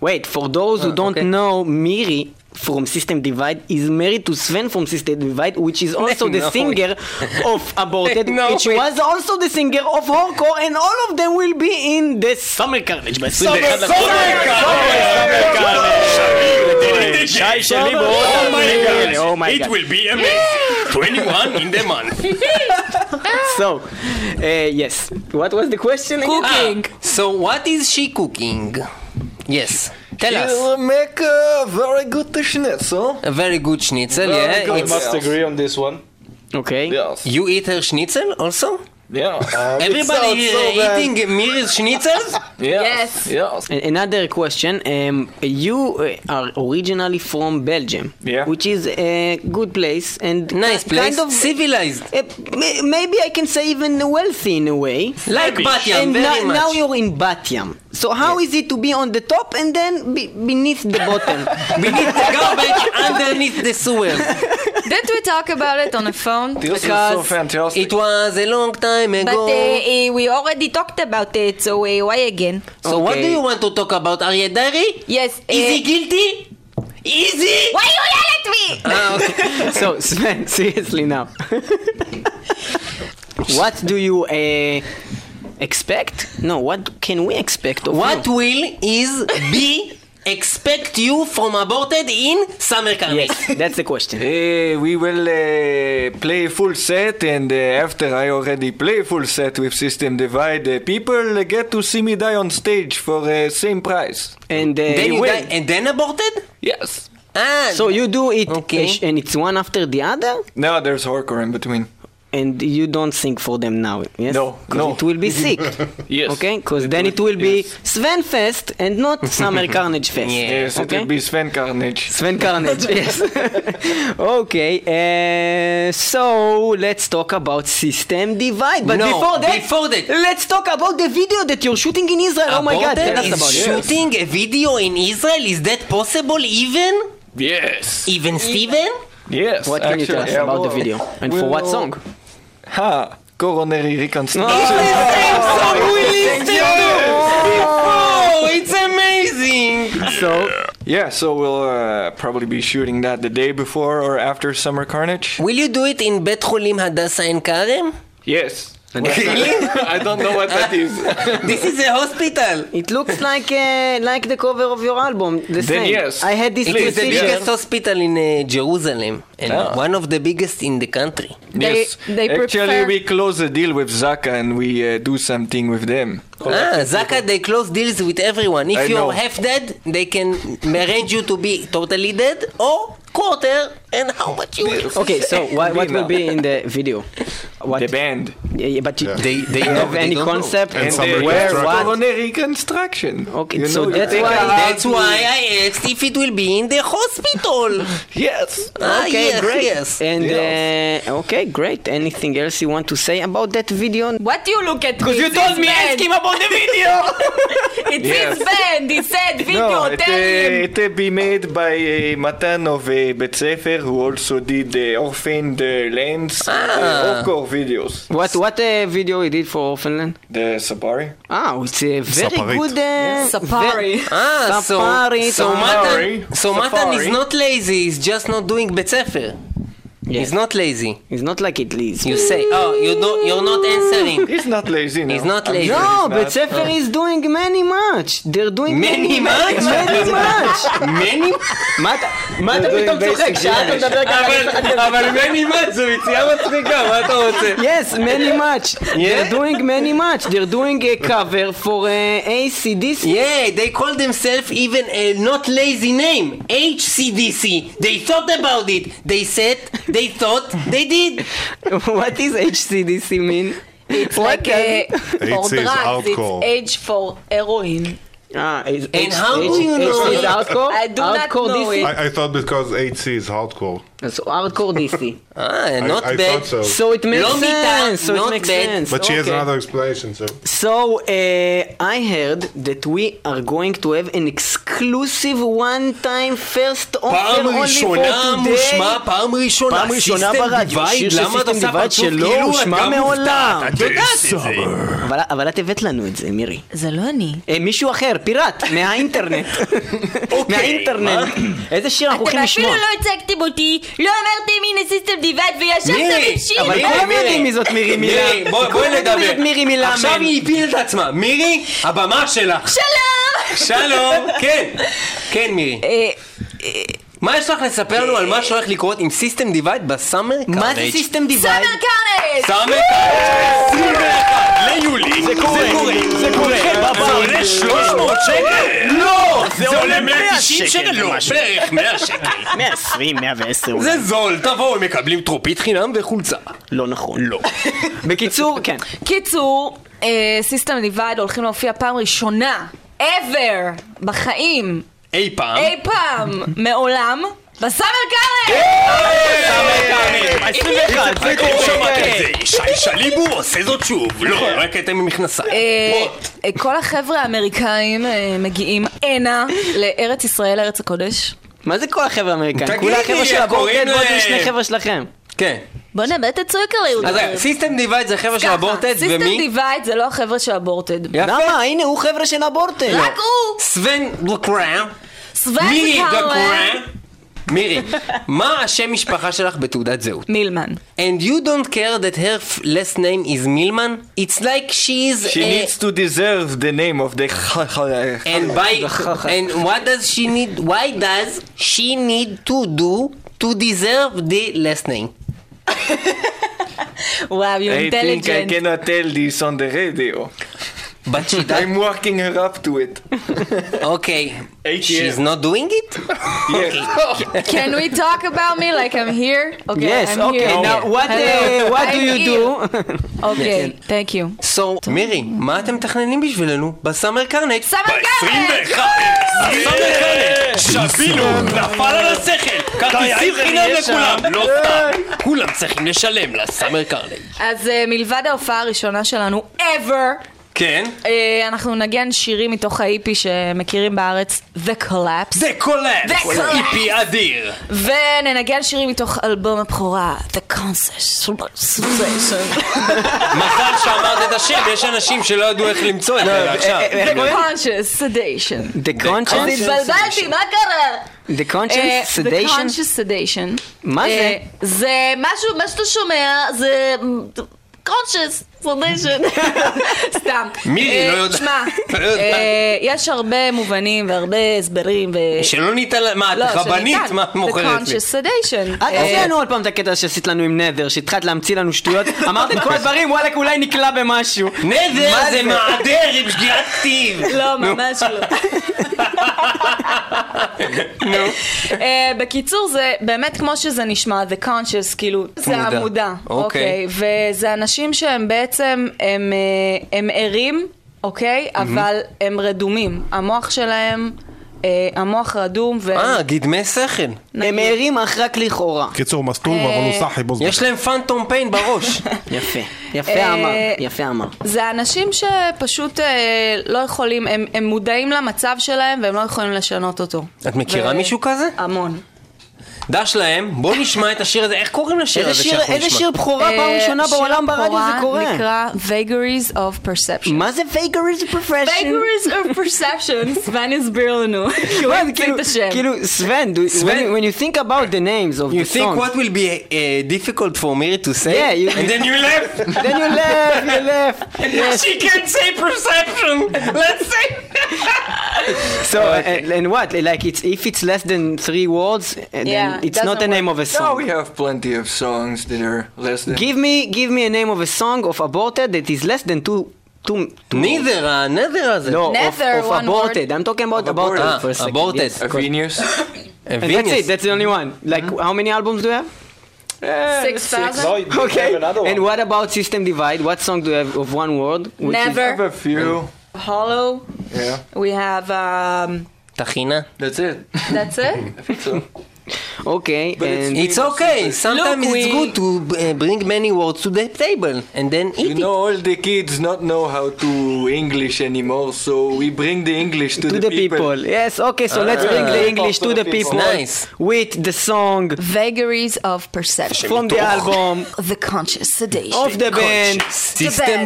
[SPEAKER 5] Wait, for those who
[SPEAKER 1] Ah,
[SPEAKER 5] don't
[SPEAKER 1] okay.
[SPEAKER 5] know, Miri from System Divide is married to Sven from System Divide, which is also the
[SPEAKER 1] No
[SPEAKER 5] singer
[SPEAKER 1] way.
[SPEAKER 5] of Aborted,
[SPEAKER 1] No
[SPEAKER 5] which
[SPEAKER 1] way.
[SPEAKER 5] was also the singer of Horrorcore, and all of them will be in the Summer Carnage ב- 21
[SPEAKER 6] סומר,
[SPEAKER 5] לחודש.
[SPEAKER 6] סומר,
[SPEAKER 5] שי שלי
[SPEAKER 6] Oh my God.
[SPEAKER 5] Oh my
[SPEAKER 6] It
[SPEAKER 5] God.
[SPEAKER 6] will be amazing. 21 in the month.
[SPEAKER 5] So, uh, yes. What was the question? again?
[SPEAKER 1] Ah, so what is she cooking? Yes. Tell
[SPEAKER 19] you
[SPEAKER 1] us.
[SPEAKER 19] make a very good schnitzel.
[SPEAKER 1] A very good schnitzel, yeah.
[SPEAKER 15] I
[SPEAKER 1] it's-
[SPEAKER 15] must agree on this one.
[SPEAKER 5] Okay.
[SPEAKER 1] You eat her schnitzel also?
[SPEAKER 19] Yeah. uh,
[SPEAKER 1] Everybody here eating Miri's schnitzels?
[SPEAKER 19] Yes. Yes.
[SPEAKER 5] A- Another question. Um, you uh, are originally from Belgium,
[SPEAKER 19] Yeah.
[SPEAKER 5] which is a good place and
[SPEAKER 1] nice
[SPEAKER 5] kind
[SPEAKER 1] place,
[SPEAKER 5] of
[SPEAKER 1] civilized.
[SPEAKER 5] Uh, may- maybe I can say even wealthy in a way.
[SPEAKER 1] Like Lavish. Bat Yam,
[SPEAKER 5] and
[SPEAKER 1] very
[SPEAKER 5] now,
[SPEAKER 1] much.
[SPEAKER 5] now you're in Batyam. So how is it to be on the top and then be- beneath the bottom?
[SPEAKER 1] beneath the garbage underneath the sewers.
[SPEAKER 14] Didn't we talk about it on the phone?
[SPEAKER 1] fantastic. It was a long time
[SPEAKER 14] But
[SPEAKER 1] ago.
[SPEAKER 14] uh, uh, we already talked about it, so uh, why again?
[SPEAKER 1] so what do you want to talk about, Arya Dari?
[SPEAKER 14] Yes.
[SPEAKER 1] Is he guilty?
[SPEAKER 14] Is he? Why you yell at me?
[SPEAKER 5] so Sven, seriously now, what do you uh, expect? No, what can we expect of
[SPEAKER 1] What
[SPEAKER 5] you?
[SPEAKER 1] will is be expect you from aborted in summer camp?
[SPEAKER 5] Yes, that's the question.
[SPEAKER 19] Uh, we will uh, play full set, and uh, after I already play full set with System Divide, uh, people uh, get to see me die on stage for uh, same price.
[SPEAKER 5] And uh,
[SPEAKER 1] Then you die and then aborted?
[SPEAKER 19] Yes.
[SPEAKER 1] Ah,
[SPEAKER 5] So you do it,
[SPEAKER 1] Okay.
[SPEAKER 5] uh, and it's one after the other.
[SPEAKER 19] No, there's horror in between.
[SPEAKER 5] And you don't sing for them now, yes?
[SPEAKER 19] No,
[SPEAKER 5] 'Cause
[SPEAKER 19] no.
[SPEAKER 5] It will be sick.
[SPEAKER 19] Yes.
[SPEAKER 5] Okay, because then it will be Sven Fest and not Summer Carnage Fest.
[SPEAKER 19] Yes, it
[SPEAKER 5] okay?
[SPEAKER 19] will be Sven Carnage.
[SPEAKER 5] Sven Carnage, yes. okay, uh, so let's talk about System Divide. But
[SPEAKER 1] No,
[SPEAKER 5] before that,
[SPEAKER 1] before that-
[SPEAKER 5] let's talk about the video that you're shooting in Israel. oh my God,
[SPEAKER 1] Aborted
[SPEAKER 5] tell us
[SPEAKER 1] is
[SPEAKER 5] about it.
[SPEAKER 1] shooting a video in Israel. Is that possible even?
[SPEAKER 19] Yes.
[SPEAKER 1] Even Steven?
[SPEAKER 19] Yes.
[SPEAKER 5] What can you tell us
[SPEAKER 19] actually,
[SPEAKER 5] about the
[SPEAKER 19] well, Ah,
[SPEAKER 5] video and for what
[SPEAKER 19] well,
[SPEAKER 5] song?
[SPEAKER 19] Ha! Coronary reconstruction.
[SPEAKER 1] Oh, it's amazing!
[SPEAKER 19] So yeah, so we'll uh, probably be shooting that the day before or after Summer Carnage.
[SPEAKER 1] Will you do it in Bet Cholim Hadassah in Karem?
[SPEAKER 19] Yes. I don't know what that is.
[SPEAKER 1] This is a hospital.
[SPEAKER 5] It looks like uh, like the cover of your album. The
[SPEAKER 1] Then
[SPEAKER 5] same.
[SPEAKER 1] yes.
[SPEAKER 5] I had this
[SPEAKER 1] It is the
[SPEAKER 5] procedure.
[SPEAKER 1] biggest hospital in uh, Jerusalem and
[SPEAKER 19] Ah.
[SPEAKER 1] one of the biggest in the country.
[SPEAKER 19] yes. Actually, we close a deal with Zaka and we uh, do something with them.
[SPEAKER 1] Ah, Zaka, they close deals with everyone. If
[SPEAKER 19] I
[SPEAKER 1] you're
[SPEAKER 19] know.
[SPEAKER 1] half dead, they can arrange you to be totally dead or quarter and how much you want.
[SPEAKER 5] Okay, so what, what will be in the video? What? The
[SPEAKER 19] band.
[SPEAKER 5] Yeah, yeah, but you,
[SPEAKER 1] They- they
[SPEAKER 5] you
[SPEAKER 1] know,
[SPEAKER 5] have
[SPEAKER 1] they
[SPEAKER 5] any
[SPEAKER 1] don't know.
[SPEAKER 5] concept?
[SPEAKER 1] And
[SPEAKER 19] And they
[SPEAKER 5] where,
[SPEAKER 19] were
[SPEAKER 5] what?
[SPEAKER 19] coronary reconstruction. Okay,
[SPEAKER 5] so that's
[SPEAKER 1] That's why, that's why
[SPEAKER 19] I.
[SPEAKER 1] I asked if it will be in the hospital.
[SPEAKER 19] yes.
[SPEAKER 1] Ah,
[SPEAKER 5] Okay,
[SPEAKER 1] yes,
[SPEAKER 5] great.
[SPEAKER 1] yes.
[SPEAKER 5] And uh, okay, great. Anything else you want to say about that video?
[SPEAKER 14] What do you look at?
[SPEAKER 5] 'Cause
[SPEAKER 14] me?
[SPEAKER 5] you
[SPEAKER 14] It's
[SPEAKER 5] told
[SPEAKER 14] his
[SPEAKER 5] me
[SPEAKER 14] band.
[SPEAKER 5] ask him about the video.
[SPEAKER 14] it's
[SPEAKER 19] Yes.
[SPEAKER 14] his band. He said video.
[SPEAKER 19] No, it, uh,
[SPEAKER 14] tell him.
[SPEAKER 19] it uh, be made by uh, Matan of uh, Bet Sefer, who also did the orphaned uh, lands
[SPEAKER 5] Ah.
[SPEAKER 19] uh, horror videos.
[SPEAKER 5] What what uh, video you did for Orphanland?
[SPEAKER 19] The Sabari.
[SPEAKER 5] Oh, it's a very
[SPEAKER 19] Saparit.
[SPEAKER 5] good. Uh,
[SPEAKER 14] Sapari.
[SPEAKER 1] Ah, so,
[SPEAKER 5] Safari,
[SPEAKER 1] so
[SPEAKER 5] safari.
[SPEAKER 1] Matan, so Matan
[SPEAKER 5] Safari.
[SPEAKER 1] is not lazy, he's just not doing בית ספר. He's not lazy.
[SPEAKER 5] He's not like it lazy.
[SPEAKER 1] You say, oh, you do, you're not answering.
[SPEAKER 19] He's not lazy.
[SPEAKER 1] He's not lazy.
[SPEAKER 5] No, לא, בית ספר is doing many much. They're doing
[SPEAKER 1] לא. Many much?
[SPEAKER 5] many much.
[SPEAKER 1] Many?
[SPEAKER 5] מה אתה מה אתה פתאום צוחק? שעה אתה מדבר ככה.
[SPEAKER 1] אבל מני מאץ' זו יציאה מצחיקה, מה אתה רוצה?
[SPEAKER 5] Yes, many much. They're doing many much. They're doing a cover for uh, ACDC.
[SPEAKER 1] Yeah, they call themselves even a not lazy name. HCDC. They thought about it. They said, they thought, they did.
[SPEAKER 5] What is HCDC mean?
[SPEAKER 14] It's like a, for
[SPEAKER 1] It's his
[SPEAKER 14] drugs,
[SPEAKER 1] hardcore.
[SPEAKER 14] it's age for heroin.
[SPEAKER 5] Ah, it's
[SPEAKER 14] And how do you know it? I do not know it.
[SPEAKER 12] I, I thought because HC is hardcore.
[SPEAKER 5] So hardcore DC.
[SPEAKER 1] Ah,
[SPEAKER 12] not I- I bad. thought so.
[SPEAKER 5] So it makes
[SPEAKER 12] Long
[SPEAKER 5] sense. So it makes sense.
[SPEAKER 12] But she has
[SPEAKER 5] Okay.
[SPEAKER 12] another explanation, so.
[SPEAKER 5] So uh, I heard that we are going to have an exclusive one-time first offer
[SPEAKER 1] פעם
[SPEAKER 5] only for
[SPEAKER 1] ראשונה
[SPEAKER 5] today.
[SPEAKER 1] מושמע, פעם ראשונה,
[SPEAKER 5] פעם ראשונה
[SPEAKER 1] System
[SPEAKER 5] ברדיו, שיר
[SPEAKER 1] Divide,
[SPEAKER 5] של
[SPEAKER 1] למה אתה
[SPEAKER 5] סיסטם
[SPEAKER 1] עושה
[SPEAKER 5] דיווייד
[SPEAKER 1] פרצוף
[SPEAKER 5] שלא
[SPEAKER 1] כאילו את
[SPEAKER 5] הושמע
[SPEAKER 1] גם
[SPEAKER 5] מעולם.
[SPEAKER 1] מופתעת?
[SPEAKER 5] את יודעת
[SPEAKER 1] את זה.
[SPEAKER 5] אבל- אבל את הבאת לנו את זה, מירי.
[SPEAKER 14] זה לא אני.
[SPEAKER 5] אה, מישהו אחר, פיראט, מהאינטרנט.
[SPEAKER 1] אוקיי,
[SPEAKER 5] מהאינטרנט. איזה שיר אנחנו הולכים
[SPEAKER 14] אתם אפילו
[SPEAKER 5] לשמוע?
[SPEAKER 14] לא הצגתם אותי, לא אמרתם הנה סיסטם דיווייד וישבתם עם
[SPEAKER 17] לא
[SPEAKER 14] שיר.
[SPEAKER 5] אבל כולם יודעים מי זאת מירי מילם.
[SPEAKER 1] מירי, בוא- בואי
[SPEAKER 5] כולם יודעים
[SPEAKER 1] נדבר.
[SPEAKER 5] את מירי מילם.
[SPEAKER 1] עכשיו היא הפילה את עצמה. מירי, הבמה שלך.
[SPEAKER 14] שלום!
[SPEAKER 1] שלום, כן. כן, מירי. מה יש לך לספר לנו על מה שהולך לקרות עם סיסטם דיווייד בסאמר קארנג'?
[SPEAKER 5] מה זה System Divide?
[SPEAKER 14] סאמר קרנט!
[SPEAKER 1] סאמר קארנג' 21 ליולי. זה קורה, זה קורה.
[SPEAKER 6] זה עולה 300 שקל?
[SPEAKER 1] לא!
[SPEAKER 6] זה עולה 190 שקל? לא, בערך 100 שקל.
[SPEAKER 5] 120, 110 אולי.
[SPEAKER 1] זה זול, תבואו, מקבלים טרופית חינם וחולצה.
[SPEAKER 5] לא נכון. לא. בקיצור, כן.
[SPEAKER 14] קיצור, סיסטם דיווייד הולכים להופיע פעם ראשונה, ever, בחיים,
[SPEAKER 1] אי פעם.
[SPEAKER 14] אי פעם, מעולם, בסאמר קרנט!
[SPEAKER 1] כן!
[SPEAKER 6] ישי שליבו עושה זאת שוב.
[SPEAKER 1] לא, רק הייתם עם מכנסיים.
[SPEAKER 14] אה, אה, כל החבר'ה האמריקאים אה, מגיעים הנה, לארץ ישראל, ארץ הקודש.
[SPEAKER 5] מה זה כל החבר'ה האמריקאים?
[SPEAKER 1] תגידי,
[SPEAKER 5] כולה החבר'ה של
[SPEAKER 1] איך
[SPEAKER 5] הבורקד
[SPEAKER 1] קוראים
[SPEAKER 5] ועוד
[SPEAKER 1] להם?
[SPEAKER 5] שני חבר'ה שלכם.
[SPEAKER 1] כן.
[SPEAKER 14] בוא נאבד את הצועקר ליהודים.
[SPEAKER 1] אז רגע, סיסטם דיווייד זה חבר'ה של הבורטד,
[SPEAKER 14] סיסטם
[SPEAKER 1] ומי?
[SPEAKER 14] דיווייד זה לא החבר'ה של הבורטד.
[SPEAKER 1] יפה. למה?
[SPEAKER 5] הנה, הוא חבר'ה של הבורטד.
[SPEAKER 14] רק הוא!
[SPEAKER 1] סוון דקרם.
[SPEAKER 14] סוון
[SPEAKER 1] מירי
[SPEAKER 14] דקרם.
[SPEAKER 1] דקרם. מירי, מה השם משפחה שלך בתעודת זהות?
[SPEAKER 14] מילמן.
[SPEAKER 1] And you don't care that her f- last name is מילמן? It's like she is
[SPEAKER 19] She
[SPEAKER 1] a-
[SPEAKER 19] needs to deserve the name of the...
[SPEAKER 1] And by and what does she need? Why does she need to do to deserve the last name?
[SPEAKER 14] וואו, you're
[SPEAKER 19] I think I
[SPEAKER 14] intelligent.
[SPEAKER 19] cannot tell this on the radio.
[SPEAKER 1] But she
[SPEAKER 19] I'm working her up to it.
[SPEAKER 1] Okay, she's not doing it. Okay.
[SPEAKER 14] Can we talk about me like I'm here? Okay,
[SPEAKER 1] Yes,
[SPEAKER 14] כן, I'm
[SPEAKER 1] okay,
[SPEAKER 14] here.
[SPEAKER 1] now what,
[SPEAKER 14] Hello.
[SPEAKER 1] uh, what do
[SPEAKER 14] I'm
[SPEAKER 1] you
[SPEAKER 14] here.
[SPEAKER 1] כן.
[SPEAKER 14] Okay, thank you.
[SPEAKER 1] So, מירי, מה אתם מתכננים בשבילנו בסאמר קרנט? סאמר
[SPEAKER 14] קרנט!
[SPEAKER 6] שבינו, נפל על השכל, כרטיסים חינם לכולם, לא סתם, כולם צריכים לשלם לסאמר קרני.
[SPEAKER 14] אז אה, מלבד ההופעה הראשונה שלנו ever,
[SPEAKER 1] כן.
[SPEAKER 14] אה, אנחנו נגן שירים מתוך האיפי שמכירים בארץ, The Collapse.
[SPEAKER 6] The Collapse!
[SPEAKER 14] The Collapse.
[SPEAKER 6] איפי אדיר!
[SPEAKER 14] וננגן שירים מתוך אלבום הבכורה, The Concert.
[SPEAKER 1] מזל שאמרת את השם, יש אנשים שלא ידעו איך למצוא את
[SPEAKER 5] לא,
[SPEAKER 1] זה עכשיו.
[SPEAKER 5] אה,
[SPEAKER 14] The Conscious Sedation.
[SPEAKER 5] The
[SPEAKER 14] אז
[SPEAKER 5] conscience?
[SPEAKER 14] התבלבלתי, מה קרה?
[SPEAKER 5] The
[SPEAKER 14] אה,
[SPEAKER 5] conscience?
[SPEAKER 14] The
[SPEAKER 5] sedation?
[SPEAKER 14] Conscious Sedation.
[SPEAKER 5] מה זה?
[SPEAKER 14] אה, זה משהו, מה שאתה שומע, זה... קונצ'ס, סודשן, סתם. אה,
[SPEAKER 1] מירי, לא יודעת.
[SPEAKER 14] שמע,
[SPEAKER 1] לא יודעת.
[SPEAKER 14] אה, יש הרבה מובנים והרבה הסברים ו...
[SPEAKER 1] שלא ניתן, לה- מה, את
[SPEAKER 14] לא,
[SPEAKER 1] רבנית?
[SPEAKER 14] שניתן.
[SPEAKER 1] מה את מוכרת
[SPEAKER 14] The
[SPEAKER 1] לי?
[SPEAKER 14] Conscious Sedation. אה,
[SPEAKER 5] אל תעשי לנו אה, עוד פעם את הקטע שעשית לנו עם נדר, שהתחלת להמציא לנו שטויות, אמרת את כל הדברים, וואלכ, אולי נקלע במשהו.
[SPEAKER 1] נדר זה מעדר עם שגיאת כתיב.
[SPEAKER 14] לא, ממש לא. אה, בקיצור, זה באמת כמו שזה נשמע, The Conscious, כאילו, זה
[SPEAKER 1] תמודה.
[SPEAKER 14] המודע.
[SPEAKER 1] אוקיי.
[SPEAKER 14] אוקיי. וזה אנשים שהם בעצם, הם, אה, הם ערים, אוקיי?
[SPEAKER 1] מהמם.
[SPEAKER 14] אבל הם רדומים. המוח שלהם, אה, המוח רדום, והם...
[SPEAKER 1] אה, גדמי שכל.
[SPEAKER 5] הם ערים אך רק לכאורה.
[SPEAKER 12] קיצור, מסטול
[SPEAKER 14] אה,
[SPEAKER 12] מבנוסחי בו זמן.
[SPEAKER 1] יש להם פאנטום פיין בראש.
[SPEAKER 5] יפה.
[SPEAKER 14] אה,
[SPEAKER 5] יפה אמר, יפה אמר.
[SPEAKER 14] זה אנשים שפשוט אה, לא יכולים, הם, הם מודעים למצב שלהם והם לא יכולים לשנות אותו.
[SPEAKER 1] את מכירה מישהו כזה?
[SPEAKER 14] המון.
[SPEAKER 1] דש להם, בוא נשמע את השיר הזה, איך קוראים לשיר
[SPEAKER 5] איזה
[SPEAKER 1] הזה
[SPEAKER 5] שיר-
[SPEAKER 1] שאנחנו נשמע?
[SPEAKER 5] איזה שיר בכורה פעם ראשונה בעולם ברדיו זה קורה?
[SPEAKER 14] שיר הבכורה אה, נקרא Vagaries of Perception.
[SPEAKER 5] מה זה Vagaries of Perception?
[SPEAKER 14] Vagaries of Perception, סבן יסביר לנו. כי הוא המציא את השם.
[SPEAKER 5] כאילו, סוון, do- when you- when you think about the names of
[SPEAKER 1] You
[SPEAKER 5] the
[SPEAKER 1] think
[SPEAKER 5] songs.
[SPEAKER 1] what will be uh, difficult for me to say?
[SPEAKER 5] Yeah, you-
[SPEAKER 1] And then you left!
[SPEAKER 5] Then you left, you left. Yes.
[SPEAKER 1] She can't say perception! Let's say...
[SPEAKER 5] So and, and what? Like it's if it's less than three words, uh,
[SPEAKER 19] Yeah,
[SPEAKER 5] then it's not the
[SPEAKER 19] doesn't
[SPEAKER 5] name of a
[SPEAKER 19] No,
[SPEAKER 1] Oh,
[SPEAKER 5] song.
[SPEAKER 19] Oh, we have plenty of songs that are less than.
[SPEAKER 5] Give me give me a name of a song of aborted that is less than two two. two
[SPEAKER 1] Neither, uh, neither הזה.
[SPEAKER 5] No,
[SPEAKER 14] Neither,
[SPEAKER 5] of, of
[SPEAKER 14] one
[SPEAKER 5] aborted. I'm talking about aborted,
[SPEAKER 1] aborted. Ah,
[SPEAKER 5] for a second.
[SPEAKER 1] Aborted.
[SPEAKER 5] Yes, of course. And that's
[SPEAKER 1] Venus. Eh,
[SPEAKER 5] it. That's the only one. Like how many albums do you have?
[SPEAKER 14] Uh-huh. Six thousand? No, you
[SPEAKER 5] okay.
[SPEAKER 14] have another one.
[SPEAKER 5] And what about System Divide? What song do you have of one word? which is-
[SPEAKER 14] Never. I have a few. Hollow.
[SPEAKER 5] Yeah.
[SPEAKER 14] We have, um,
[SPEAKER 1] טחינה?
[SPEAKER 19] That's it.
[SPEAKER 14] that's it?
[SPEAKER 5] Okay, and
[SPEAKER 1] it's okay. Sometimes
[SPEAKER 5] Look,
[SPEAKER 1] it's
[SPEAKER 5] we-
[SPEAKER 1] good to uh, bring many words to the table and then eat
[SPEAKER 19] You know, all the kids not know how to English anymore, so we bring the English to,
[SPEAKER 5] to the people. Yes, okay, so let's bring the English to the people. With the song
[SPEAKER 14] Vagaries of Perception.
[SPEAKER 5] From the album
[SPEAKER 3] The Conscious Sedation.
[SPEAKER 5] of the band
[SPEAKER 3] band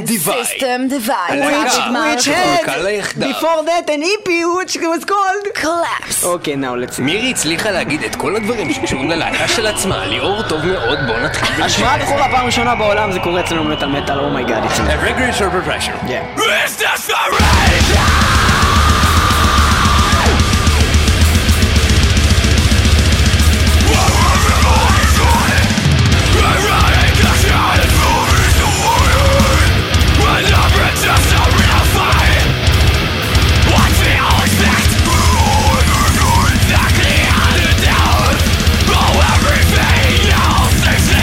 [SPEAKER 3] System Divide.
[SPEAKER 5] Which, which had
[SPEAKER 1] יחדיו.
[SPEAKER 5] before that an EP which was called
[SPEAKER 3] Collapse.
[SPEAKER 5] אוקיי, נאו לצ...
[SPEAKER 1] מירי הצליחה להגיד את כל הדברים שקשורים ללהקה של עצמה. ליאור טוב מאוד, בוא נתחיל.
[SPEAKER 5] השמעה בחורה פעם ראשונה בעולם זה קורה אצלנו במטאל מטאל, אומייגאד.
[SPEAKER 1] Regret or profession.
[SPEAKER 5] Yeah.
[SPEAKER 6] Is this the right? There is a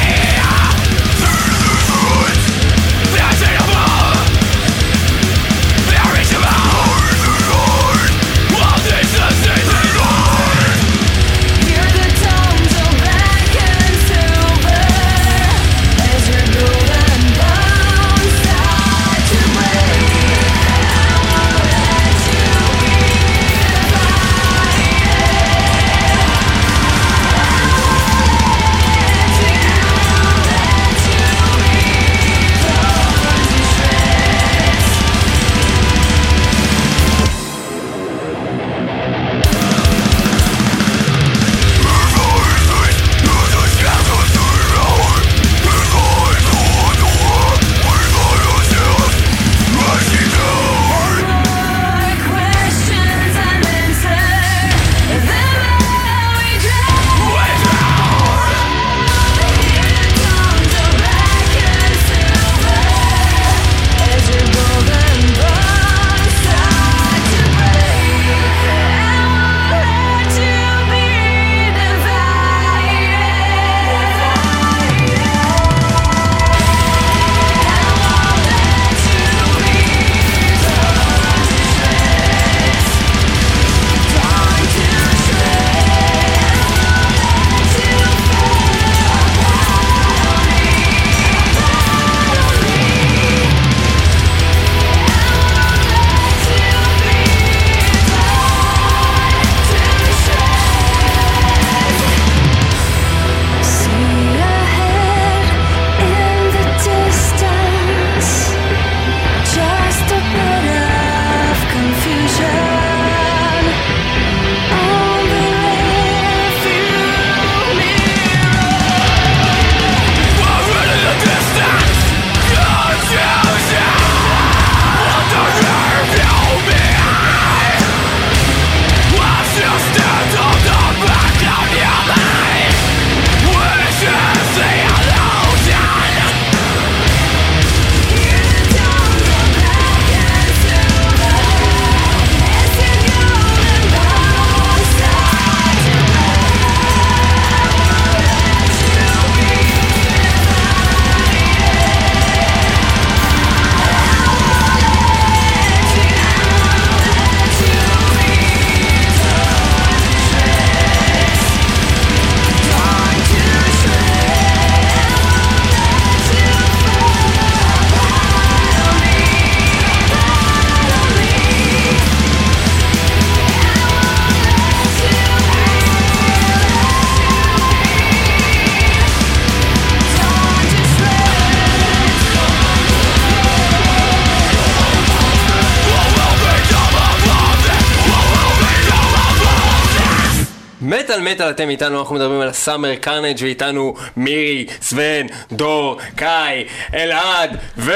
[SPEAKER 7] מטאל מטאל אתם איתנו, אנחנו מדברים על הסאמר קרנג' ואיתנו מירי, סוון, דור, קאי, אלעד ו...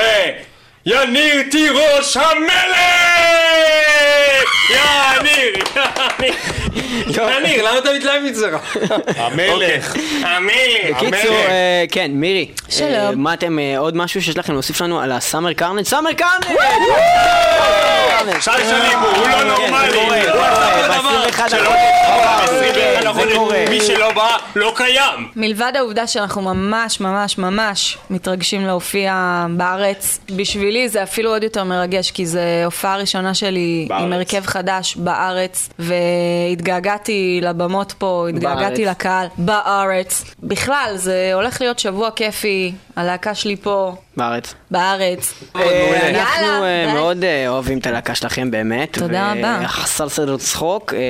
[SPEAKER 7] יניר תירוש המלך! יא ניר! יא ניר, למה אתה מתלהב מצחך?
[SPEAKER 15] המלך.
[SPEAKER 1] אוקיי.
[SPEAKER 7] המלך.
[SPEAKER 5] בקיצור, אה, כן, מירי.
[SPEAKER 14] שלום.
[SPEAKER 5] אה, מה אתם, אה, עוד משהו שיש לכם להוסיף לנו על הסאמר קרנג'? סאמר קרנג'!
[SPEAKER 3] שי שלימו, הוא לא
[SPEAKER 5] אוקיי.
[SPEAKER 3] נורמלי, הוא עשה פה דבר שלא
[SPEAKER 7] אה,
[SPEAKER 3] נתקבל, מי שלא בא, לא קיים.
[SPEAKER 14] מלבד העובדה שאנחנו ממש ממש ממש מתרגשים להופיע בארץ, בשבילי זה אפילו עוד יותר מרגש, כי זו הופעה ראשונה שלי
[SPEAKER 1] בארץ.
[SPEAKER 14] עם הרכב חדש בארץ, והתגעגעתי לבמות פה, התגעגעתי
[SPEAKER 1] בארץ.
[SPEAKER 14] לקהל בארץ. בכלל, זה הולך להיות שבוע כיפי, הלהקה שלי פה,
[SPEAKER 5] בארץ.
[SPEAKER 14] בארץ.
[SPEAKER 5] אה,
[SPEAKER 14] יאללה,
[SPEAKER 5] אנחנו אה,
[SPEAKER 14] ביי.
[SPEAKER 5] מאוד אה, אוהבים את הלהקה שלכם באמת.
[SPEAKER 14] תודה רבה.
[SPEAKER 5] חסר סדר צחוק, אה,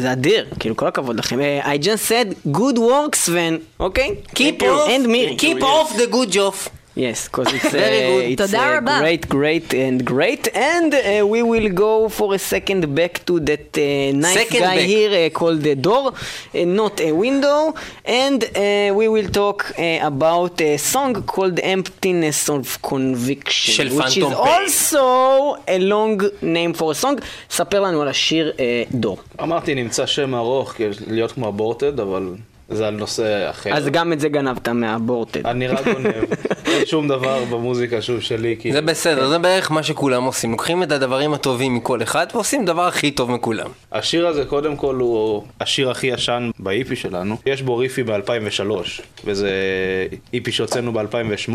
[SPEAKER 5] זה אדיר, כאילו כל הכבוד לכם. אה, I just said good work, Sven, אוקיי? Keep
[SPEAKER 1] off-
[SPEAKER 5] and me.
[SPEAKER 1] keep off
[SPEAKER 5] the good job. Yes, because it's,
[SPEAKER 1] Very
[SPEAKER 5] uh,
[SPEAKER 1] good.
[SPEAKER 5] it's
[SPEAKER 1] תודה
[SPEAKER 5] uh,
[SPEAKER 1] רבה.
[SPEAKER 5] great, great and great, and uh, we will go for a second back to that uh, nice
[SPEAKER 1] Second
[SPEAKER 5] guy
[SPEAKER 1] back.
[SPEAKER 5] here uh, called the door, uh, not a window, and uh, we will talk uh, about a song called "Emptiness of Conviction."
[SPEAKER 7] של
[SPEAKER 5] כן, which is
[SPEAKER 7] Phantom Pain.
[SPEAKER 5] also a long name for a song. ספר לנו על השיר אה, דור.
[SPEAKER 15] אמרתי, נמצא שם ארוך, כי להיות כמו אבורטד, אבל זה על נושא
[SPEAKER 3] אה,
[SPEAKER 15] אחר.
[SPEAKER 5] אז גם את זה גנבת מהבורטד.
[SPEAKER 15] אני רק גונב, אין שום דבר במוזיקה שהוא שלי, כאילו.
[SPEAKER 7] זה בסדר, זה בערך מה שכולם עושים. לוקחים את הדברים הטובים מכל אחד ועושים דבר הכי טוב מכולם.
[SPEAKER 15] השיר הזה קודם כל הוא השיר הכי ישן באיפי שלנו. יש בו ריפי ב-2003, וזה איפי שהוצאנו ב-2008.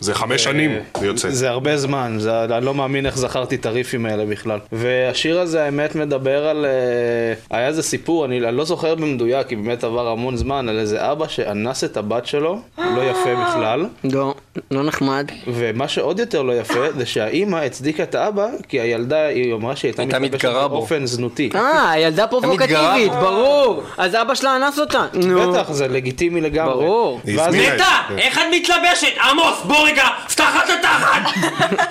[SPEAKER 9] זה חמש שנים
[SPEAKER 19] אה,
[SPEAKER 9] יוצא.
[SPEAKER 15] זה הרבה זמן, זה, אני לא מאמין איך זכרתי את הריפים האלה בכלל. והשיר הזה האמת מדבר על... אה, היה איזה סיפור, אני, אני לא זוכר במדויק, כי באמת עבר המון זמן, על איזה אבא שאנס את הבת שלו, הוא לא יפה בכלל.
[SPEAKER 5] לא, לא נחמד.
[SPEAKER 15] ומה שעוד יותר לא יפה, זה שהאימא הצדיקה את האבא, כי הילדה, היא אמרה שהיא הייתה מתלבשת באופן זנותי.
[SPEAKER 5] אה, ילדה פרובוקטיבית, ברור. אז אבא שלה אנס אותה. נו.
[SPEAKER 15] בטח, זה לגיטימי לגמרי. ברור.
[SPEAKER 3] נטע, איך את מתלבשת? עמוס, בוא רגע, תחת לתחת!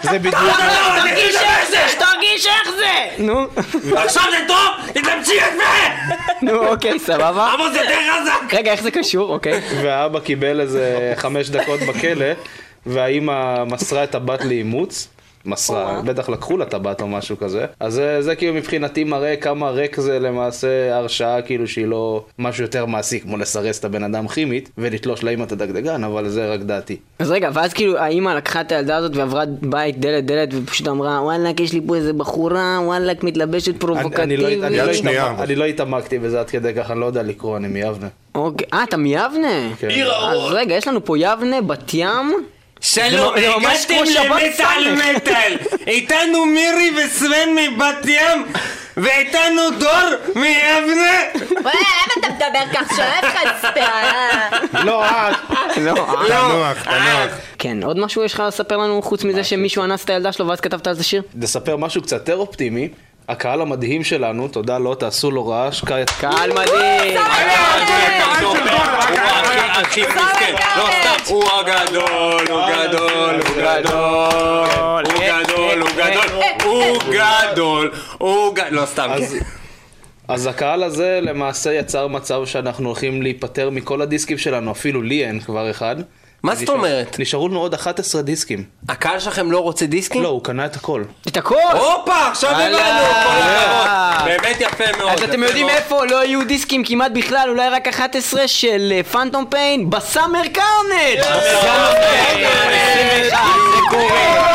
[SPEAKER 15] זה בדיוק...
[SPEAKER 3] לא, תרגיש איך זה!
[SPEAKER 5] תרגיש איך זה! נו.
[SPEAKER 3] עכשיו זה טוב? תתלבשי יפה!
[SPEAKER 5] נו, אוקיי, סבבה.
[SPEAKER 3] עמוס יותר חזק!
[SPEAKER 5] רגע, איך זה קשור? אוקיי.
[SPEAKER 15] והאבא קיבל איזה חמש דקות בכלא, והאימא מסרה את הבת לאימוץ. מסרה, בטח לקחו לה את הבת או משהו כזה. אז זה, זה כאילו מבחינתי מראה כמה ריק זה למעשה הרשעה כאילו שהיא לא משהו יותר מעשי כמו לסרס את הבן אדם כימית ולתלוש לאמא את הדגדגן, אבל זה רק דעתי.
[SPEAKER 5] אז רגע, ואז כאילו האימא לקחה את הילדה הזאת ועברה בית דלת דלת ופשוט אמרה וואלכ יש לי פה איזה בחורה וואלכ מתלבשת
[SPEAKER 15] אני לא,
[SPEAKER 5] פרובוקטיבית.
[SPEAKER 15] אני, לא התעמק, אני לא התעמקתי בזה עד כדי ככה, אני לא יודע לקרוא, אני מיבנה.
[SPEAKER 5] אוקיי, אה אתה מיבנה?
[SPEAKER 15] לא- כן. עיר האור.
[SPEAKER 5] אז רגע, יש לנו פה יבנה, בת ים.
[SPEAKER 7] שלום,
[SPEAKER 5] זה ממש
[SPEAKER 7] הגעתם
[SPEAKER 5] כמו שבת
[SPEAKER 7] למטאל
[SPEAKER 5] סמך.
[SPEAKER 7] מטאל. איתנו מירי וסוון מבת ים, ואיתנו דור מיבנה.
[SPEAKER 20] וואי, למה אתה מדבר כך? שואף לך ספירה.
[SPEAKER 15] לא, את.
[SPEAKER 5] לא,
[SPEAKER 15] תנוח,
[SPEAKER 7] אה,
[SPEAKER 5] תנוח. כן, עוד משהו יש לך לספר לנו חוץ מזה שמישהו אנס את הילדה שלו ואז כתבת על זה שיר?
[SPEAKER 15] לספר משהו קצת יותר אופטימי, הקהל המדהים שלנו, תודה לו, תעשו לו רעש,
[SPEAKER 5] קהל מדהים!
[SPEAKER 3] הכי מסכן. לא, סתם. הוא הגדול, הוא גדול, הוא גדול, הוא גדול, הוא גדול, הוא גדול, הוא גדול, לא סתם.
[SPEAKER 15] אז- אז הקהל הזה למעשה יצר מצב שאנחנו הולכים להיפטר מכל הדיסקים שלנו, אפילו לי אין כבר אחד.
[SPEAKER 7] מה זאת
[SPEAKER 15] נשאר-
[SPEAKER 7] אומרת?
[SPEAKER 15] נשארו לנו עוד 11 דיסקים.
[SPEAKER 7] הקהל שלכם לא רוצה דיסקים?
[SPEAKER 15] לא, הוא קנה את הכל.
[SPEAKER 5] את הכל!
[SPEAKER 7] הופה, עכשיו
[SPEAKER 5] הלאה.
[SPEAKER 7] הבנו, כל
[SPEAKER 5] הלאה.
[SPEAKER 7] הכבוד. באמת יפה מאוד.
[SPEAKER 5] אז אתם
[SPEAKER 7] יפה
[SPEAKER 5] יודעים
[SPEAKER 7] מאוד.
[SPEAKER 5] איפה לא היו דיסקים כמעט בכלל, אולי רק 11 של אה, פנטום פיין בסאמר קרנט! סאמר קרנט! 21, זה קורה.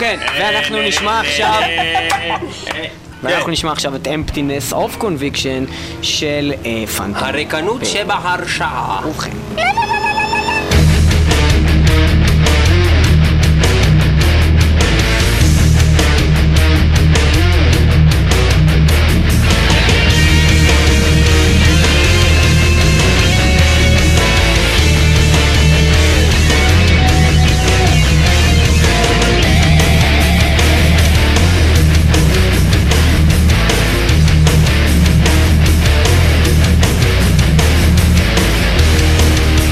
[SPEAKER 5] כן, ואנחנו נשמע עכשיו... ואנחנו נשמע עכשיו את Emptiness of Conviction של אה, פנטום.
[SPEAKER 7] הריקנות שבהרשעה.
[SPEAKER 5] ובכן.
[SPEAKER 1] Thank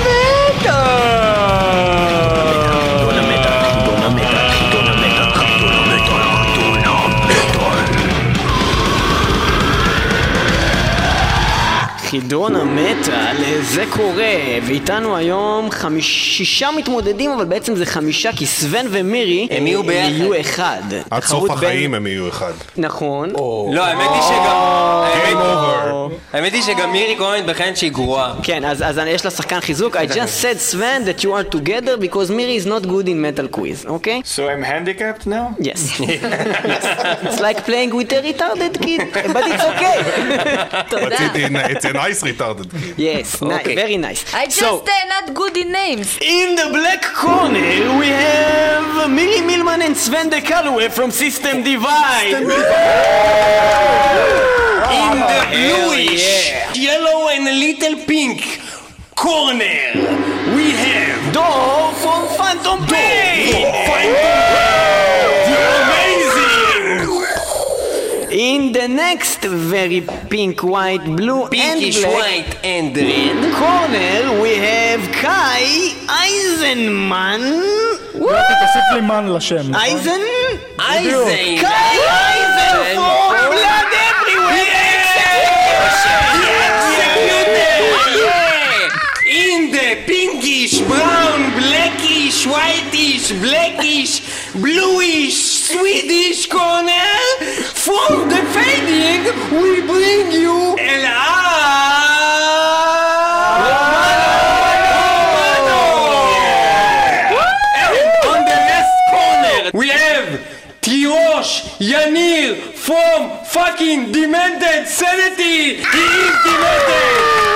[SPEAKER 3] חידון
[SPEAKER 5] חידון המטאל, זה קורה, ואיתנו היום חמיש- שישה מתמודדים, אבל בעצם זה חמישה, כי סוון ומירי הם יהיו ביחד. יהיו אחד.
[SPEAKER 12] עד
[SPEAKER 5] תחרות
[SPEAKER 12] סוף
[SPEAKER 5] בין-
[SPEAKER 12] החיים הם יהיו אחד.
[SPEAKER 5] נכון.
[SPEAKER 1] לא, האמת היא שגם... האמת היא שגם מירי כהן בכלל שהיא גרועה.
[SPEAKER 5] כן, אז אז יש לה שחקן חיזוק. I just said, Sven, that you are together because Miri is not good in metal quiz, אוקיי?
[SPEAKER 19] So I'm handicapped now?
[SPEAKER 5] Yes. yes. It's like playing with a retarded kid, but it's okay.
[SPEAKER 12] But it- it's a nice retarded.
[SPEAKER 5] Yes, ni-
[SPEAKER 12] Okay.
[SPEAKER 5] very nice.
[SPEAKER 14] I just
[SPEAKER 5] So-
[SPEAKER 14] uh, not good in names.
[SPEAKER 5] In the black corner, we have Miri Milman and Sven de Calloway from System Divide.
[SPEAKER 3] In the
[SPEAKER 5] Hell
[SPEAKER 3] bluish, yellow and a little pink corner, we have
[SPEAKER 5] Dog from Phantom Pain.
[SPEAKER 3] You're amazing.
[SPEAKER 5] In the next very pink, white, blue,
[SPEAKER 3] Pinkish
[SPEAKER 5] and black
[SPEAKER 3] white and red.
[SPEAKER 5] corner, we have Kai Eisenman.
[SPEAKER 21] תוסיף לי מן לשם. נכון?
[SPEAKER 5] אייזן?
[SPEAKER 21] בדיוק.
[SPEAKER 5] קאי אייזן פור בלאד
[SPEAKER 3] In the pinkish, brown, blackish, whitish, blackish, bluish, Swedish corner, from the fading, we bring you Romano! And on the left corner, we have Tiosh Yanir from fucking Demented Sanity! He is demented!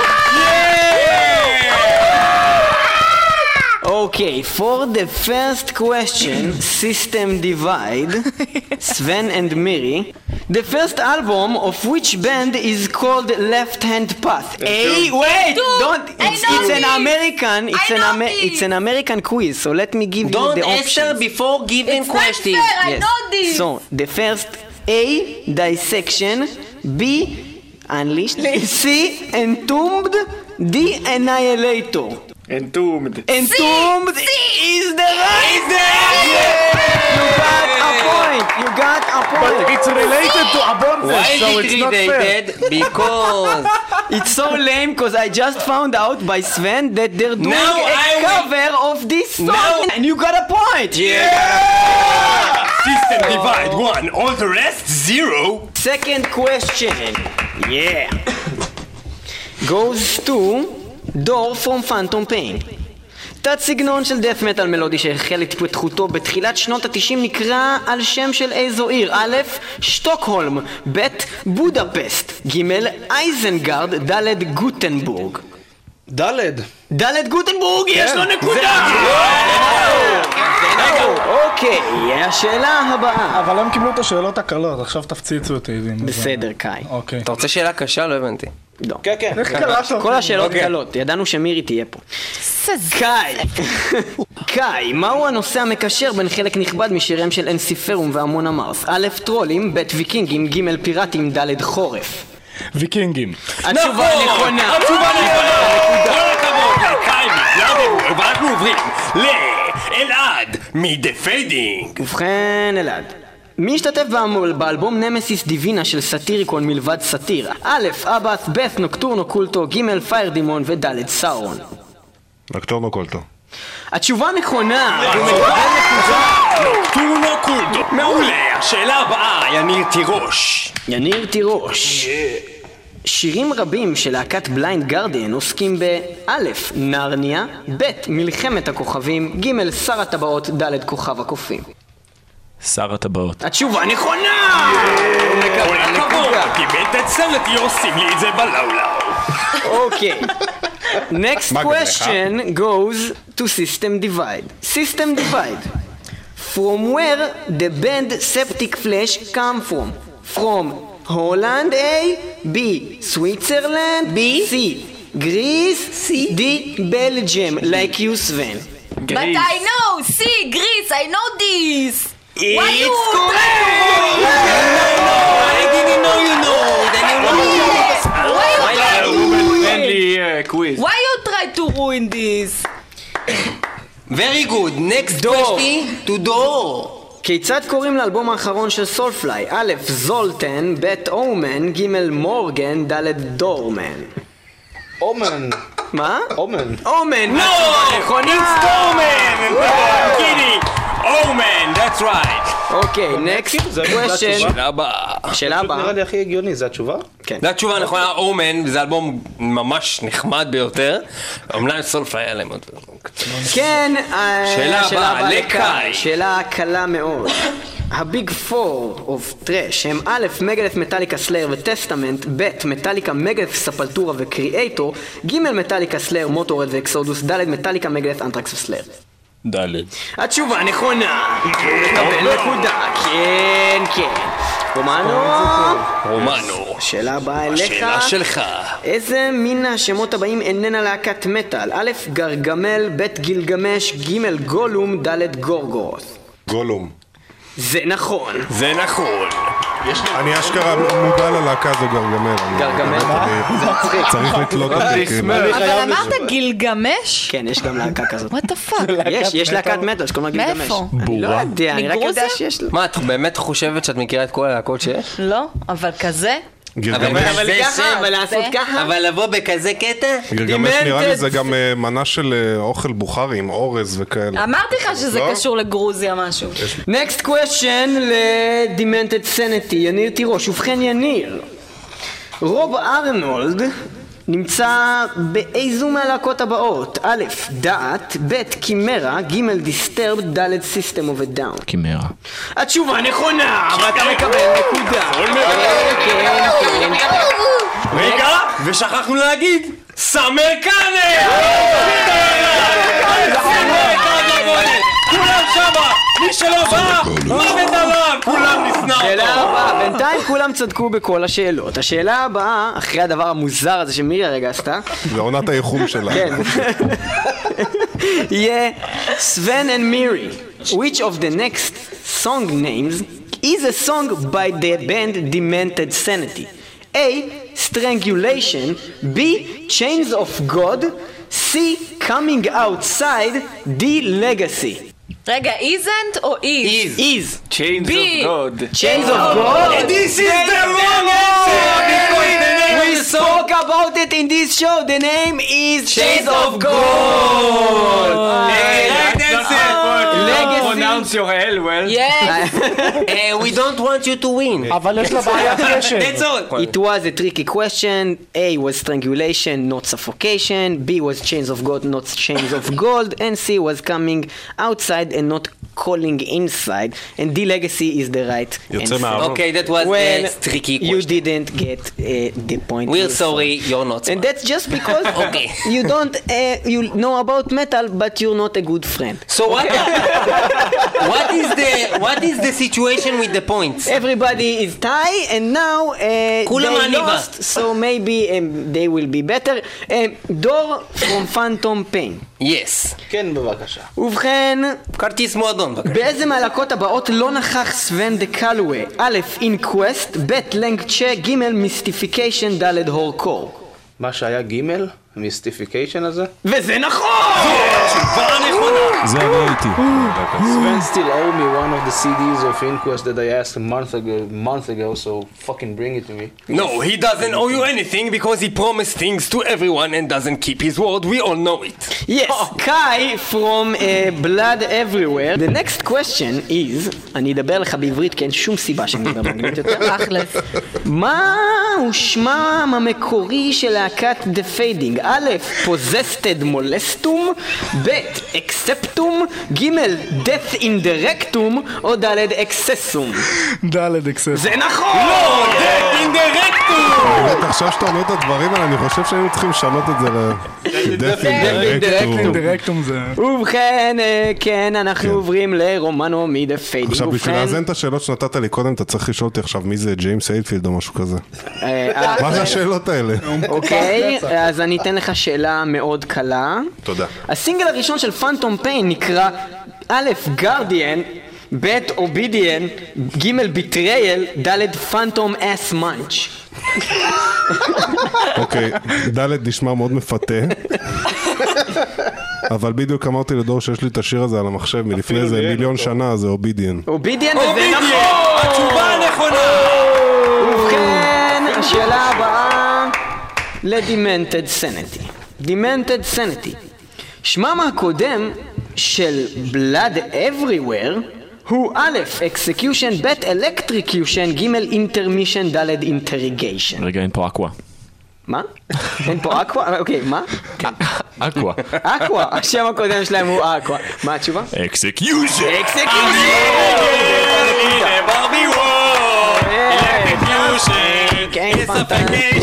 [SPEAKER 5] Okay, for the first question, System Divide, Sven and Miri. The first album of which band is called Left Hand Path? A
[SPEAKER 3] two.
[SPEAKER 5] wait,
[SPEAKER 3] Two.
[SPEAKER 5] don't.
[SPEAKER 3] I
[SPEAKER 5] It's,
[SPEAKER 3] know
[SPEAKER 5] it's an
[SPEAKER 3] this.
[SPEAKER 5] American. It's an Amer- it's an American quiz. So let me give
[SPEAKER 1] Don't
[SPEAKER 5] you the options.
[SPEAKER 1] answer before giving questions.
[SPEAKER 5] So the first A dissection, B unleashed, C entombed, D annihilator.
[SPEAKER 19] Entombed.
[SPEAKER 5] Entombed is the right. You got a point. You got a point.
[SPEAKER 21] But it's related to a bonfire, Why is so it it's not fair. related?
[SPEAKER 5] Because it's so lame. Because I just found out by Sven that they're doing
[SPEAKER 3] Now
[SPEAKER 5] a
[SPEAKER 3] I will-
[SPEAKER 5] cover of this song, and you got a point.
[SPEAKER 3] System divide one, all the rest zero.
[SPEAKER 5] Second question. Yeah. goes to דור פרום פאנטום פיין. תת סגנון של דף מטאל מלודי שהחל התפתחותו בתחילת שנות ה-90 נקרא על שם של איזו עיר א', שטוקהולם, ב', בודפסט, ג', אייזנגרד, ד', גוטנבורג.
[SPEAKER 15] ד'
[SPEAKER 5] ד' גוטנבורג, יש לו נקודה! אוקיי, השאלה הבאה.
[SPEAKER 21] אבל הם קיבלו את השאלות הקלות, עכשיו תפציצו אותי. אם זה-
[SPEAKER 5] בסדר, קאי.
[SPEAKER 21] אוקיי.
[SPEAKER 1] אתה רוצה שאלה קשה? לא הבנתי.
[SPEAKER 3] נכון.
[SPEAKER 5] לא.
[SPEAKER 15] כן, כן.
[SPEAKER 5] כל השאלות
[SPEAKER 1] אוקיי.
[SPEAKER 5] קלות, ידענו שמירי תהיה פה. קאי, קאי, מהו הנושא המקשר בין חלק נכבד משיריהם של אנסיפרום והמון המרס? א', טרולים, ב', ויקינגים, ג', פיראטים, ד', חורף.
[SPEAKER 21] ויקינגים.
[SPEAKER 1] נכון.
[SPEAKER 5] התשובה הנכונה.
[SPEAKER 3] התשובה נכונה.
[SPEAKER 5] נקודה.
[SPEAKER 3] כל הכבוד לקיימי, למה? ואנחנו עוברים לאלעד מדה פיידינג.
[SPEAKER 5] ובכן, אלעד. מי השתתף באמול- באלבום נמסיס דיווינה של סאטיריקון מלבד סאטירה? א', אבאס, ב', נוקטורנו קולטו, ג', פייר דימון וד', סאורון.
[SPEAKER 12] נקטורנו קולטו.
[SPEAKER 5] התשובה נכונה! הוא מקבל נקודה!
[SPEAKER 3] נוקטורנו קולטו. מעולה, השאלה הבאה, יניר תירוש.
[SPEAKER 5] יניר תירוש. שירים רבים של להקת בליינד גרדיאן עוסקים באלף, נרניה, ב' מלחמת הכוכבים, ג' שר הטבעות, ד' כוכב הקופים.
[SPEAKER 10] שר הטבעות.
[SPEAKER 5] התשובה נכונה! הוא
[SPEAKER 3] כל
[SPEAKER 5] מקבל
[SPEAKER 3] הכבוד,
[SPEAKER 5] נקודה.
[SPEAKER 3] קיבלת את סרט, עושים לי את זה בלאולאו.
[SPEAKER 5] אוקיי. Next
[SPEAKER 3] מה, גם
[SPEAKER 5] question goes to System Divide. System Divide. From where the band Septic Flesh come from? From Holland A, B, Switzerland, B, C, Greece, C, D, Belgium, like you Sven.
[SPEAKER 14] But I know, see, Greece, I know this.
[SPEAKER 3] It's correct!
[SPEAKER 14] Why you try to ruin this?
[SPEAKER 1] Very good, next question to door.
[SPEAKER 5] כיצד קוראים לאלבום האחרון של סולפליי? א', זולטן, ב', אומן, ג', מורגן, ד', דורמן.
[SPEAKER 15] אומן.
[SPEAKER 5] מה?
[SPEAKER 15] אומן.
[SPEAKER 5] אומן!
[SPEAKER 3] No! It's Dorman! I'm kidding! Omen, that's right!
[SPEAKER 5] אוקיי, נקסט question.
[SPEAKER 1] שאלה הבאה.
[SPEAKER 5] שאלה הבאה.
[SPEAKER 15] נראה לי הכי הגיוני, זה התשובה?
[SPEAKER 5] כן.
[SPEAKER 1] זו התשובה הנכונה, אומן, זה אלבום ממש נחמד ביותר. אמנם סולפליי היה להם עוד...
[SPEAKER 5] כן, אה,
[SPEAKER 1] שאלה הבאה, לקאי.
[SPEAKER 5] שאלה קלה מאוד. הביג פור אוף טראש הם א', מגלף, מטאליקה, סלאר וטסטמנט, ב', מטאליקה, מגלף, ספלטורה וקריאייטור, ג', מטאליקה, סלאר, מוטורד ואקסודוס, ד', מטאליקה, מגלף, אנטרקס וסלאר.
[SPEAKER 4] ד'.
[SPEAKER 5] התשובה הנכונה! הוא מקבל נקודה, כן, כן. רומנו?
[SPEAKER 1] רומנו.
[SPEAKER 5] שאלה הבאה אליך.
[SPEAKER 1] השאלה שלך.
[SPEAKER 5] איזה מן השמות הבאים איננה להקת מטאל? א', גרגמל, ב', גילגמש, ג', גולום, ד', גורגורוס.
[SPEAKER 12] גולום.
[SPEAKER 5] זה נכון.
[SPEAKER 1] זה נכון.
[SPEAKER 12] אני אשכרה מודע ללהקה הזו גרגמל. אני-
[SPEAKER 5] גרגמל?
[SPEAKER 12] אני-
[SPEAKER 5] זה מצחיק.
[SPEAKER 12] צריך לתלות את
[SPEAKER 5] אבל
[SPEAKER 12] זה. כאילו.
[SPEAKER 18] אבל אמרת גילגמש?
[SPEAKER 5] כן, יש גם להקה כזאת.
[SPEAKER 18] וואט דה פאק.
[SPEAKER 5] יש, יש להקת מטאל שקוראים לה גילגמש.
[SPEAKER 18] מאיפה?
[SPEAKER 5] אני לא יודע, אני רק יודע
[SPEAKER 18] מגרוזיה?
[SPEAKER 5] שיש לה.
[SPEAKER 1] מה, את באמת חושבת שאת מכירה את כל הלהקות שיש?
[SPEAKER 18] לא, אבל כזה?
[SPEAKER 12] גרגמש.
[SPEAKER 5] אה.
[SPEAKER 1] אבל לבוא בכזה קטע?
[SPEAKER 12] גרגמש נראה לי זה גם אה, מנה של אה, אוכל בוכרי עם אורז וכאלה.
[SPEAKER 18] אמרתי לך שזה
[SPEAKER 12] לא?
[SPEAKER 18] קשור לגרוזיה משהו.
[SPEAKER 5] נקסט קוושן לדימנטד סנטי, יניר תירוש. ובכן יניר, רוב ארנולד נמצא באיזו מהלהקות הבאות? א', דעת, ב', קימרה, ג', דיסטרבד, ד', סיסטם אוף דאון.
[SPEAKER 4] קימרה.
[SPEAKER 5] התשובה נכונה, ואתה מקבל נקודה. כן, כן, כן.
[SPEAKER 3] רגע, ושכחנו להגיד, סמר קאנר! כולם שמה! מי שלא בא, מוות עליו! כולם נשנא אותו!
[SPEAKER 5] כן. שאלה הבאה, בינתיים כולם צדקו בכל השאלות. השאלה הבאה, אחרי הדבר המוזר הזה שמירי הרגע עשתה,
[SPEAKER 12] זה עונת האיחום שלה.
[SPEAKER 5] כן. יהיה סוון and מירי. Which of the next song names is a song by the band Demented Sanity? A. Strangulation B. Chains of God C. Coming Outside D. Legacy
[SPEAKER 18] רגע, isn't או is?
[SPEAKER 5] is.
[SPEAKER 19] Chains
[SPEAKER 18] B.
[SPEAKER 19] of God.
[SPEAKER 5] Chains of God.
[SPEAKER 3] Oh, This is the wrong
[SPEAKER 5] We spoke about it in this show. The name is Chains of
[SPEAKER 3] God. אה,
[SPEAKER 19] אה,
[SPEAKER 5] God. Oh, Legacy.
[SPEAKER 19] Pronounce your L well.
[SPEAKER 5] Eh,
[SPEAKER 1] Yes. We don't want you to win.
[SPEAKER 21] אבל יש לה בעיית
[SPEAKER 3] אה,
[SPEAKER 21] קשב.
[SPEAKER 5] It was a tricky question. A was strangulation, not suffocation. B was chains of gold, not chains of gold. And C was coming outside and not calling inside. And D legacy is the right answer.
[SPEAKER 1] אוקיי, that was
[SPEAKER 5] well,
[SPEAKER 1] a tricky
[SPEAKER 5] You
[SPEAKER 1] question.
[SPEAKER 5] didn't get uh, the point.
[SPEAKER 1] We're sorry, you're not
[SPEAKER 5] And that's just because
[SPEAKER 1] Okay.
[SPEAKER 5] you don't uh, you know about metal, but you're not a good friend.
[SPEAKER 1] So what? what is the what is the situation with the points?
[SPEAKER 5] Everybody is tie, and now uh, they
[SPEAKER 1] כולם עניבה.
[SPEAKER 5] lost, so maybe um, they will be better. Um, דור from Phantom Pain.
[SPEAKER 1] Yes.
[SPEAKER 15] כן, בבקשה.
[SPEAKER 5] ובכן,
[SPEAKER 1] כרטיס מועדון.
[SPEAKER 5] באיזה מהלקות הבאות לא נכח סוון דה קלווה? א', אינקווסט, ב', לנגצ'ה, ג', מיסטיפיקיישן, ד', הורקור.
[SPEAKER 15] מה שהיה ג' מיסטיפיקיישן הזה?
[SPEAKER 5] וזה נכון!
[SPEAKER 4] זה אני הייתי.
[SPEAKER 15] Sven still owe me one of the CDs of Inquest that I asked a month ago, month ago, so fucking bring it to me.
[SPEAKER 1] No, he doesn't owe you anything because he promised things to everyone and doesn't keep his word. We all know it.
[SPEAKER 5] Yes, Kai from uh, Blood Everywhere. The next question is, אני אדבר לך בעברית כי אין שום סיבה שאני אדבר באנגלית יותר.
[SPEAKER 18] תכלס.
[SPEAKER 5] מהו שמם המקורי של להקת The Fading? א', Possessed Molestum, ב', Acceptum, ג', Death Indirectum, או ד', Excessum.
[SPEAKER 21] ד' אקסס.
[SPEAKER 5] זה נכון!
[SPEAKER 3] לא,
[SPEAKER 1] Oh,
[SPEAKER 3] זה אינדרקטור!
[SPEAKER 12] באמת, עכשיו שאתה אומר את הדברים האלה, אני חושב שהיינו צריכים לשנות את זה ל... Death Indirectum.
[SPEAKER 21] אינדירקטום זה...
[SPEAKER 5] ובכן, אה, כן, אנחנו עוברים לרומנו מ-The Fading.
[SPEAKER 12] עכשיו, בשביל
[SPEAKER 5] ובכן,
[SPEAKER 12] לאזן את השאלות שנתת לי קודם, אתה צריך לשאול אותי עכשיו מי זה ג'יימס אייטפילד או משהו כזה.
[SPEAKER 5] אה,
[SPEAKER 12] מה זה השאלות האלה?
[SPEAKER 5] אוקיי, אז אני אתן לך שאלה מאוד קלה.
[SPEAKER 12] תודה.
[SPEAKER 5] הסינגל הראשון של פאנטום פיין נקרא א', גרדיאן, ב' אובידיאן, ג' ביטרייל, ד' פנטום אס מאנץ'.
[SPEAKER 12] אוקיי, ד' נשמע מאוד מפתה, אבל בדיוק אמרתי לדור שיש לי את השיר הזה על המחשב מלפני איזה
[SPEAKER 5] לי אין
[SPEAKER 12] מיליון שנה, זה אובידיאן.
[SPEAKER 5] אובידיאן וזה
[SPEAKER 3] אובידיאן!
[SPEAKER 5] נכון!
[SPEAKER 3] התשובה הנכונה!
[SPEAKER 5] ובכן, השאלה הבאה לדימנטד סנטי. דימנטד סנטי. שמם הקודם של בלאד אבריוור הוא א', אקסקיושן, ב', אלקטריקושן, ג', אינטרמישן, ד', אינטריגיישן.
[SPEAKER 10] רגע, אין פה אקווה.
[SPEAKER 5] מה? אין פה אקווה? אוקיי, מה?
[SPEAKER 10] אקווה.
[SPEAKER 5] אקווה, השם הקודם שלהם הוא אקווה. מה התשובה?
[SPEAKER 10] אקסקיושן!
[SPEAKER 5] כן,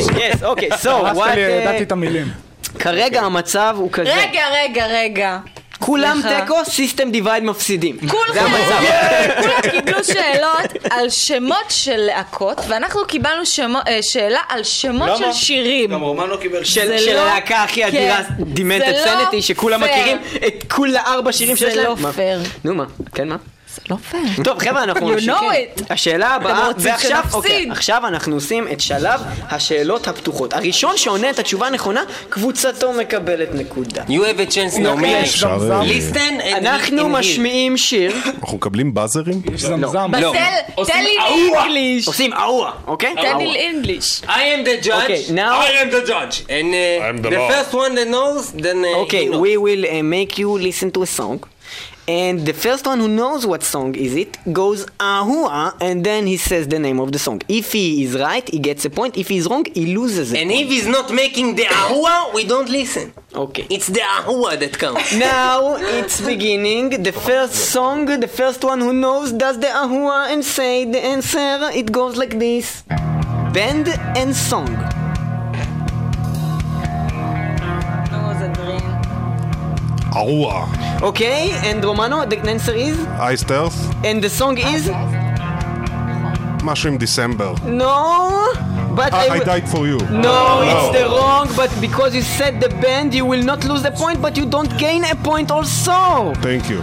[SPEAKER 5] Yes, אוקיי, so
[SPEAKER 9] הרסת
[SPEAKER 5] what...
[SPEAKER 9] לי,
[SPEAKER 5] אה,
[SPEAKER 9] ידעתי את המילים. כן.
[SPEAKER 5] כרגע המצב הוא כזה.
[SPEAKER 18] רגע, רגע, רגע.
[SPEAKER 5] כולם
[SPEAKER 18] סליחה.
[SPEAKER 5] תיקו, סיסטם דיווייד מפסידים. זה
[SPEAKER 18] כולכם,
[SPEAKER 5] המצב.
[SPEAKER 18] כולם קיבלו שאלות על שמות של להקות, ואנחנו קיבלנו שמו- אה, שאלה על שמות של שירים.
[SPEAKER 15] גם רומן לא קיבל
[SPEAKER 5] של של הלהקה
[SPEAKER 18] כן.
[SPEAKER 5] הכי אדירה, דימנטד סנטי, שכולם מכירים את כל הארבע שירים
[SPEAKER 18] לא זה
[SPEAKER 5] שיש
[SPEAKER 18] לא
[SPEAKER 5] להם. מה?
[SPEAKER 18] פייר.
[SPEAKER 5] נו מה, כן מה?
[SPEAKER 18] זה לא פייר.
[SPEAKER 5] טוב חבר'ה אנחנו
[SPEAKER 18] You
[SPEAKER 5] ממשיכים.
[SPEAKER 18] know it.
[SPEAKER 5] השאלה הבאה,
[SPEAKER 18] אתם רוצים
[SPEAKER 5] ועכשיו
[SPEAKER 18] שנפסיד.
[SPEAKER 5] אוקיי, עכשיו אנחנו עושים את שלב השאלות הפתוחות. הראשון שעונה את התשובה הנכונה, קבוצתו מקבלת נקודה.
[SPEAKER 1] You have a chance, נעמי.
[SPEAKER 12] יש גם זר.
[SPEAKER 1] Listen and
[SPEAKER 5] אנחנו
[SPEAKER 1] and hear.
[SPEAKER 5] משמיעים שיר.
[SPEAKER 12] אה, אנחנו מקבלים באזרים? יש זמזם.
[SPEAKER 5] לא.
[SPEAKER 18] תן- תן לי
[SPEAKER 1] אהואה.
[SPEAKER 18] אינגליש.
[SPEAKER 5] עושים אהואה, אוקיי?
[SPEAKER 18] תן לי אינגליש.
[SPEAKER 1] I am the judge.
[SPEAKER 5] Okay, now-
[SPEAKER 1] I am the judge. And uh,
[SPEAKER 5] am the
[SPEAKER 1] the,
[SPEAKER 5] law.
[SPEAKER 1] first one that knows, then uh,
[SPEAKER 5] Okay,
[SPEAKER 1] he knows.
[SPEAKER 5] we will uh, make you listen to a song. And the first one who knows what song is it goes ahua and then he says the name of the song. If he is right, he gets a point. If he is wrong, he loses a
[SPEAKER 1] And
[SPEAKER 5] point.
[SPEAKER 1] if he's not making the ahua, we don't listen.
[SPEAKER 5] Okay.
[SPEAKER 1] It's the ahua that counts.
[SPEAKER 5] now it's beginning. The first song, the first one who knows does the ahua and say the answer. It goes like this. Band and song.
[SPEAKER 12] ארוע.
[SPEAKER 5] Okay, and Romano, the answer is?
[SPEAKER 12] אייסטרס?
[SPEAKER 5] And the song is?
[SPEAKER 12] משהו עם דיסמבר.
[SPEAKER 5] No, but I
[SPEAKER 12] I
[SPEAKER 5] will-
[SPEAKER 12] died for you.
[SPEAKER 5] No, it's the wrong, but because you said the band, you will not lose the point, but you don't gain a point also.
[SPEAKER 12] Thank you.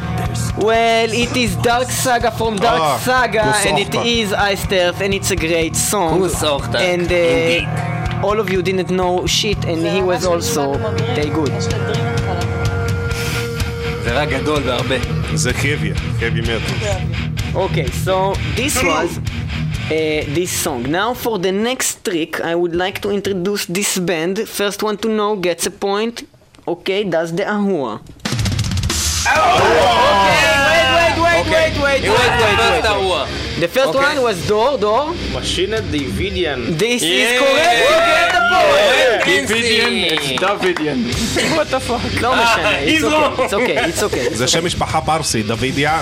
[SPEAKER 5] Well, it is Dark Saga from Dark
[SPEAKER 12] Ah,
[SPEAKER 5] Saga, and it
[SPEAKER 12] Kusochta.
[SPEAKER 5] is Iced Earth, and it's a great song.
[SPEAKER 1] Kusochta,
[SPEAKER 5] And
[SPEAKER 1] indeed.
[SPEAKER 5] uh, all of you didn't know shit, and he was also very good.
[SPEAKER 1] זה רק גדול בהרבה.
[SPEAKER 12] זה חביה, חבי מטר.
[SPEAKER 5] Okay, so this was uh, this song. Now for the next trick, I would like to introduce this band. First one to know gets a point. Okay, that's the Ahua. Wait, wait, wait, wait,
[SPEAKER 15] It
[SPEAKER 5] wait,
[SPEAKER 15] was the
[SPEAKER 5] wait,
[SPEAKER 15] first
[SPEAKER 5] wait, wait.
[SPEAKER 15] Ahua.
[SPEAKER 5] The first
[SPEAKER 15] Okay.
[SPEAKER 5] one was Dor, Dor.
[SPEAKER 15] משינת דיווידיאן.
[SPEAKER 5] This is correct. You get the point. What the fuck? Ah, לא משנה, it's okay, it's okay, it's okay.
[SPEAKER 12] זה שם משפחה פרסי, דוד יאן.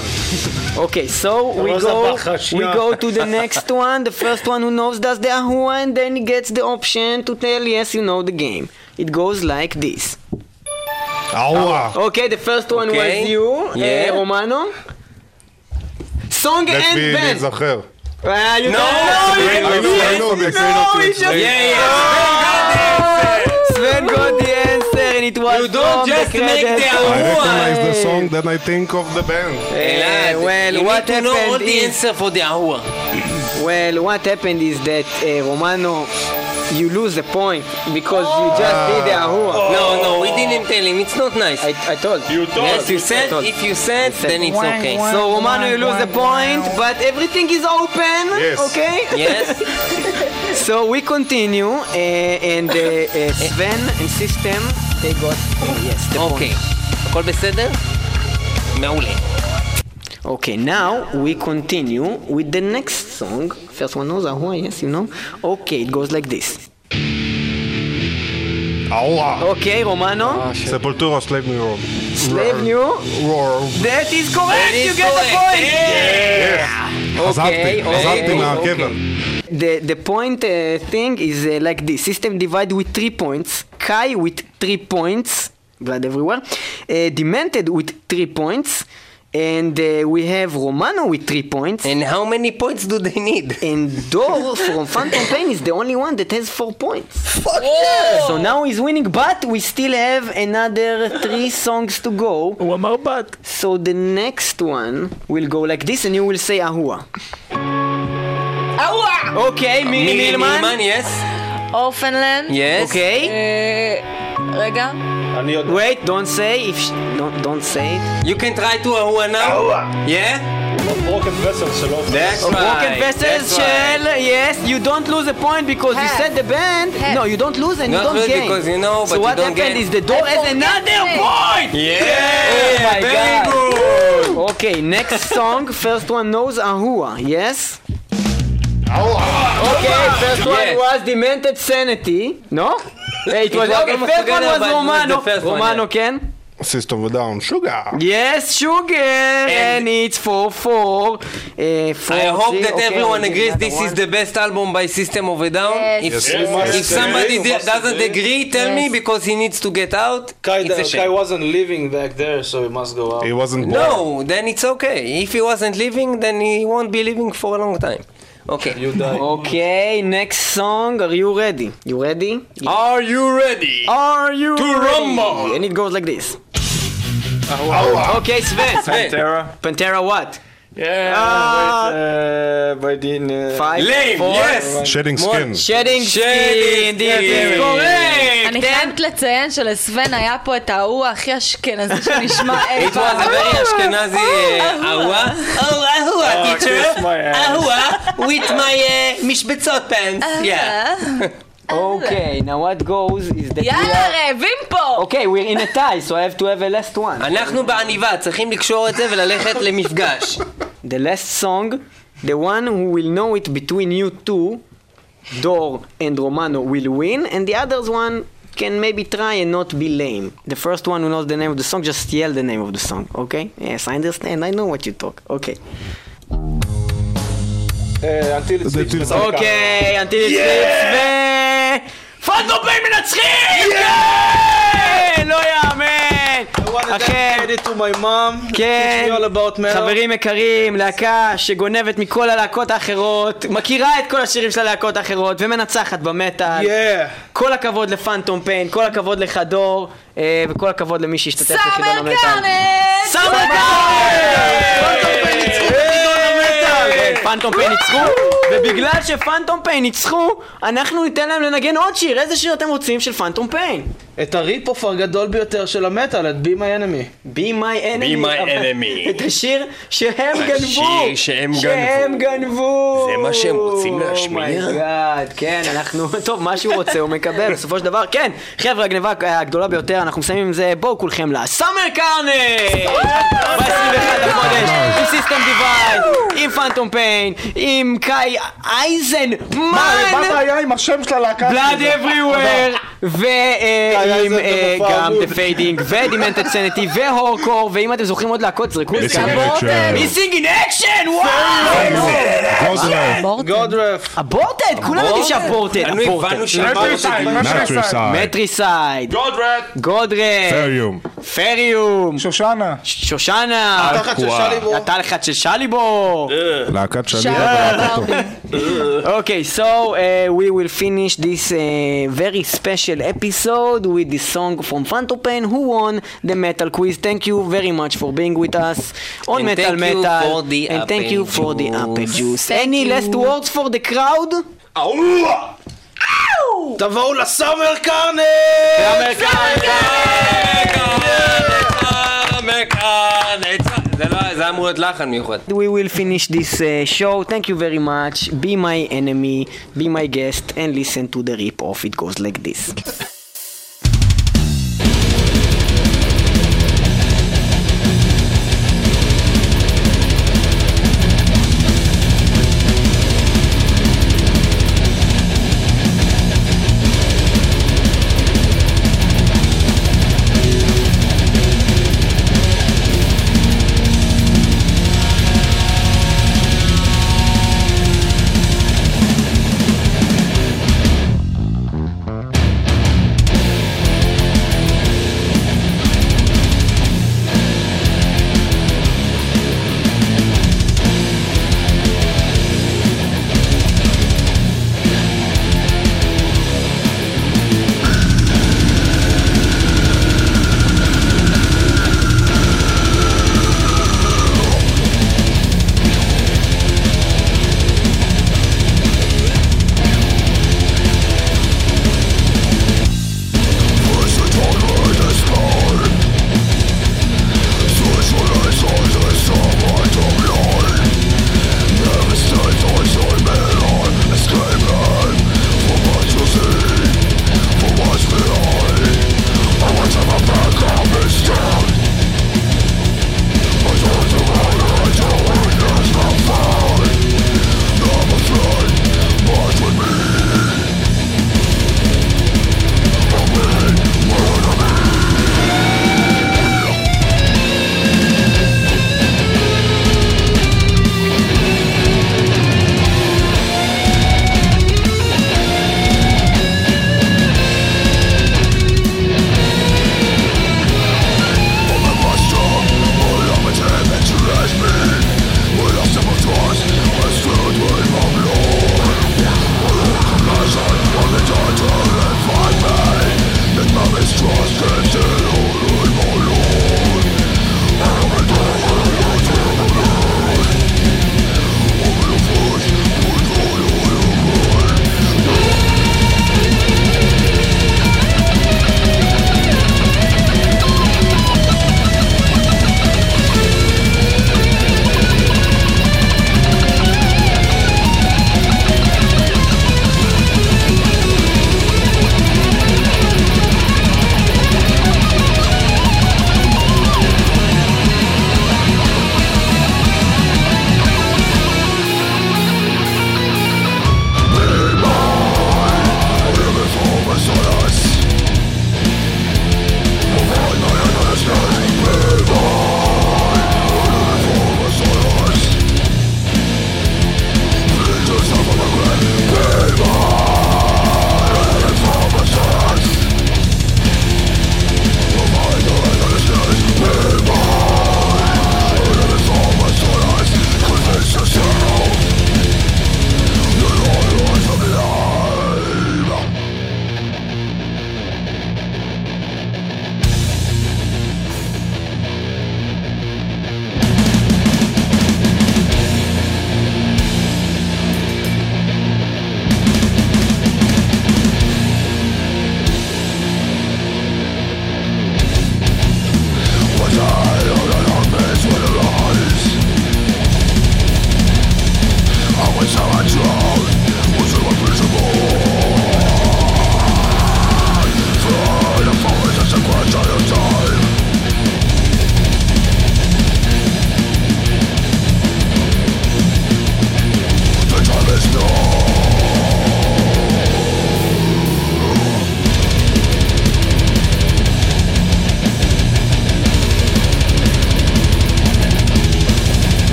[SPEAKER 5] Okay, so we
[SPEAKER 12] רוזה
[SPEAKER 5] go,
[SPEAKER 12] ברכה,
[SPEAKER 5] we
[SPEAKER 12] שנייה.
[SPEAKER 5] go to the next one. The first one who knows does the ahua, and then he gets the option to tell yes, you know the game. It goes like this.
[SPEAKER 12] Ahua.
[SPEAKER 5] Okay, the first one
[SPEAKER 12] Okay.
[SPEAKER 5] was you,
[SPEAKER 12] Yeah.
[SPEAKER 5] eh, Romano. Song
[SPEAKER 12] let
[SPEAKER 5] and
[SPEAKER 12] me
[SPEAKER 5] band.
[SPEAKER 12] להיזכר.
[SPEAKER 5] Ah, you
[SPEAKER 12] No,
[SPEAKER 5] don't know.
[SPEAKER 12] I know, I know, they say
[SPEAKER 5] No,
[SPEAKER 12] not
[SPEAKER 5] he
[SPEAKER 12] to
[SPEAKER 5] just
[SPEAKER 12] say. Yeah,
[SPEAKER 5] Sven got the answer, and it was You
[SPEAKER 1] don't just make the
[SPEAKER 12] I recognize the song, then I think of the band.
[SPEAKER 5] Eh,
[SPEAKER 1] you
[SPEAKER 5] well, what
[SPEAKER 1] need to know all
[SPEAKER 5] happened
[SPEAKER 1] the
[SPEAKER 5] is
[SPEAKER 1] answer for the ahua.
[SPEAKER 5] well, what happened is that eh, Romano, you lose the point because you just did the
[SPEAKER 1] Ah.
[SPEAKER 5] ahua.
[SPEAKER 1] No, no, we didn't tell him. It's not nice.
[SPEAKER 5] I, I told.
[SPEAKER 1] Oh. You
[SPEAKER 5] told.
[SPEAKER 1] Yes, you
[SPEAKER 5] I
[SPEAKER 1] said.
[SPEAKER 5] told.
[SPEAKER 1] If you said, then it's
[SPEAKER 5] Wang,
[SPEAKER 1] okay.
[SPEAKER 5] wang, So Romano, you lose the point, but everything is open.
[SPEAKER 1] Yes.
[SPEAKER 5] Okay.
[SPEAKER 1] Yes. Eh.
[SPEAKER 5] so we continue, uh, and uh, uh, Sven and System they got uh, yes the
[SPEAKER 1] אוקיי.
[SPEAKER 5] point.
[SPEAKER 1] הכל בסדר? מעולה.
[SPEAKER 5] Okay, now we continue with the next song. First one knows Ahua, yes, you know. Okay, it goes like this.
[SPEAKER 12] Ahua.
[SPEAKER 5] Okay, Romano.
[SPEAKER 12] ספולטורה, סלייב ניו יורק.
[SPEAKER 5] אוקיי. Slave New. That is correct.
[SPEAKER 3] That is
[SPEAKER 5] you get
[SPEAKER 3] correct.
[SPEAKER 5] the point.
[SPEAKER 12] חזרתי, חזרתי מהקבר.
[SPEAKER 5] The the point uh, thing is uh, like this: system divide with three points, Kai with three points, blood everywhere, uh, demented with three points, And uh, we have Romano with three points.
[SPEAKER 1] And how many points do they need?
[SPEAKER 5] And Dor from Phantom Pain is the only one that has four points. Fuck So now he's winning, but we still have another three songs to go. One more but. So the next one will go like this, and you will say Ahua.
[SPEAKER 18] Ahua!
[SPEAKER 5] Okay, מירי
[SPEAKER 1] מירי
[SPEAKER 5] מילמן.
[SPEAKER 1] מילמן, יס.
[SPEAKER 18] אורפנלנד.
[SPEAKER 1] Yes. אוקיי.
[SPEAKER 18] רגע.
[SPEAKER 5] Wait, don't say if sh- don't don't say it.
[SPEAKER 1] You can try to Ahua now? Yeah?
[SPEAKER 15] Broken vessels שלא
[SPEAKER 1] That's
[SPEAKER 5] Or
[SPEAKER 1] right.
[SPEAKER 5] Broken Vessels
[SPEAKER 1] that's
[SPEAKER 5] של,
[SPEAKER 1] right.
[SPEAKER 5] yes, you don't lose a point because you said the band. No, you don't lose and you
[SPEAKER 1] Not
[SPEAKER 5] don't
[SPEAKER 1] lose
[SPEAKER 5] gain.
[SPEAKER 1] because you know,
[SPEAKER 5] so
[SPEAKER 1] but you
[SPEAKER 5] what
[SPEAKER 1] don't
[SPEAKER 5] happened
[SPEAKER 1] gain.
[SPEAKER 5] is the door has another point!
[SPEAKER 1] Yeah!
[SPEAKER 5] Oh my
[SPEAKER 1] Very
[SPEAKER 5] god!
[SPEAKER 1] good.
[SPEAKER 5] Okay, next song, first one knows Ahua, yes? Okay, first one
[SPEAKER 3] Yeah.
[SPEAKER 5] was Demented Sanity. No? Hey, it was okay, first one was Romano. Romano can?
[SPEAKER 12] סיסטום ודאון, שוגה.
[SPEAKER 5] Yes, sugar, and, it's four four. Uh, four
[SPEAKER 1] I hope
[SPEAKER 5] three,
[SPEAKER 1] that
[SPEAKER 5] okay,
[SPEAKER 1] everyone
[SPEAKER 5] and
[SPEAKER 1] agrees
[SPEAKER 5] another
[SPEAKER 1] this is
[SPEAKER 5] one.
[SPEAKER 1] the best album by System of a Down.
[SPEAKER 5] Yes.
[SPEAKER 1] If,
[SPEAKER 5] Yes, we must
[SPEAKER 1] if somebody
[SPEAKER 15] agree, we must
[SPEAKER 1] doesn't
[SPEAKER 15] agree.
[SPEAKER 1] agree, tell me
[SPEAKER 15] Yes.
[SPEAKER 1] because he needs to get out.
[SPEAKER 15] Kai,
[SPEAKER 1] it's a shame.
[SPEAKER 15] Kai wasn't living back there, so he must go out.
[SPEAKER 12] He wasn't
[SPEAKER 1] No, then it's okay. If he wasn't living, then he won't be living for a long time. Okay.
[SPEAKER 15] You die.
[SPEAKER 5] Okay, next song. Are you ready? You ready?
[SPEAKER 1] Are you ready?
[SPEAKER 5] Are you
[SPEAKER 3] To
[SPEAKER 5] ready?
[SPEAKER 3] rumble.
[SPEAKER 5] And it goes like this.
[SPEAKER 3] Ahua.
[SPEAKER 5] Okay, Sven.
[SPEAKER 3] Sven. Pantera.
[SPEAKER 5] Pantera what?
[SPEAKER 3] Yeah.
[SPEAKER 15] אה,
[SPEAKER 5] Uh, by the five,
[SPEAKER 3] Lame,
[SPEAKER 5] four,
[SPEAKER 3] yes.
[SPEAKER 12] Shedding
[SPEAKER 5] one.
[SPEAKER 12] skin.
[SPEAKER 5] Shedding skin.
[SPEAKER 3] Shedding
[SPEAKER 5] This is
[SPEAKER 3] skin.
[SPEAKER 5] correct.
[SPEAKER 18] אני חייבת לציין שלסוון היה פה את ההוא הכי אשכנזי שנשמע אי
[SPEAKER 1] It was a very Ashkenazi uh, Oh, Ahua. Oh, Ahua,
[SPEAKER 3] Oh,
[SPEAKER 1] teacher.
[SPEAKER 3] kiss my ass.
[SPEAKER 1] Ahua with my uh, mishbetzot pants. Yeah.
[SPEAKER 5] Okay, now what goes is that we
[SPEAKER 18] יאללה,
[SPEAKER 5] are...
[SPEAKER 18] רעבים פה!
[SPEAKER 5] Okay, we're in a tie, so I have to have a last one.
[SPEAKER 1] אנחנו בעניבה, צריכים לקשור את זה וללכת למפגש.
[SPEAKER 5] The last song, the one who will know it between you two, Dor and Romano will win, and the others one can maybe try and not be lame. The first one who knows the name of the song, just yell the name of the song, okay? Yes, I understand, I know what you talk. Okay.
[SPEAKER 15] אה, until it's reached the top.
[SPEAKER 5] אוקיי, until it's reached ו... פאנדו פיין מנצחים! כן! לא יאמן! אכן,
[SPEAKER 15] Credit to my mom.
[SPEAKER 5] כן,
[SPEAKER 15] Teach me all about metal.
[SPEAKER 5] חברים יקרים, להקה שגונבת מכל הלהקות האחרות, מכירה את כל השירים של הלהקות האחרות ומנצחת במטאל.
[SPEAKER 15] Yeah.
[SPEAKER 5] כל הכבוד לפאנטום פיין, כל הכבוד לך דור, אה, וכל הכבוד למי שהשתתף בחידון המטאל.
[SPEAKER 18] אה,
[SPEAKER 5] סאמר כן, פאנטום פיין ניצחו, ובגלל שפאנטום פיין ניצחו, אנחנו ניתן להם לנגן עוד שיר. איזה שיר אתם רוצים של פאנטום פיין?
[SPEAKER 15] את הריפ-אוף הגדול ביותר של המטאל, את Be My Enemy.
[SPEAKER 5] Be My Enemy.
[SPEAKER 15] my
[SPEAKER 5] אבל-
[SPEAKER 15] enemy.
[SPEAKER 5] את השיר שהם גנבו.
[SPEAKER 15] השיר שהם
[SPEAKER 5] שהם גנבו.
[SPEAKER 1] זה מה שהם רוצים להשמיע?
[SPEAKER 5] אומייגאד, כן, אנחנו... טוב, מה שהוא רוצה הוא מקבל, בסופו של דבר, כן. חבר'ה, הגניבה הגדולה ביותר, אנחנו מסיימים עם זה. בואו כולכם לסאמר קרנט! ב-21 לחודש, עם סיסטם דיווייד, עם פאנטום פיין, עם קאי
[SPEAKER 21] מה
[SPEAKER 5] אייזנמן!
[SPEAKER 21] הבעיה עם השם של הלהקה?
[SPEAKER 5] blood
[SPEAKER 21] שלי?
[SPEAKER 5] everywhere, ועם
[SPEAKER 21] איזה מופע
[SPEAKER 5] אה, גם
[SPEAKER 21] עמוד.
[SPEAKER 5] The Fading, ודימנטד סנטי, והורקור, ואם אתם זוכרים עוד להקות, זרקו את זה.
[SPEAKER 3] Missing in
[SPEAKER 12] uh,
[SPEAKER 3] Action.
[SPEAKER 5] Missing in Action! וואו!
[SPEAKER 15] גודרף.
[SPEAKER 5] אבורטד! כולם יודעים שאבורטד!
[SPEAKER 1] אנו הבנו שאבורטד.
[SPEAKER 5] מטריסייד! גודרד! גודרד!
[SPEAKER 12] פריום!
[SPEAKER 5] פריום!
[SPEAKER 21] שושנה!
[SPEAKER 5] שושנה!
[SPEAKER 12] התחת של שליבור.
[SPEAKER 5] התחת של שליבור!
[SPEAKER 12] להקת שני
[SPEAKER 5] Shout
[SPEAKER 12] אבל
[SPEAKER 5] okay, so uh, we will finish this uh, very special episode with the song from Phantom Pain who won the metal quiz. Thank you very much for being with us on
[SPEAKER 1] And
[SPEAKER 5] Metal
[SPEAKER 1] thank you
[SPEAKER 5] Metal.
[SPEAKER 1] for the
[SPEAKER 5] and thank you
[SPEAKER 1] apple
[SPEAKER 5] for the
[SPEAKER 1] juice.
[SPEAKER 5] apple juice.
[SPEAKER 1] Thank
[SPEAKER 5] Any
[SPEAKER 1] you.
[SPEAKER 5] last words for the crowd?
[SPEAKER 15] תבואו לסאמר קרנט!
[SPEAKER 1] זה לא- זה אמור להיות לחן מיוחד.
[SPEAKER 5] We will finish this uh, show. Thank you very much. Be my enemy, be my guest, and listen to the rip off. It goes like this.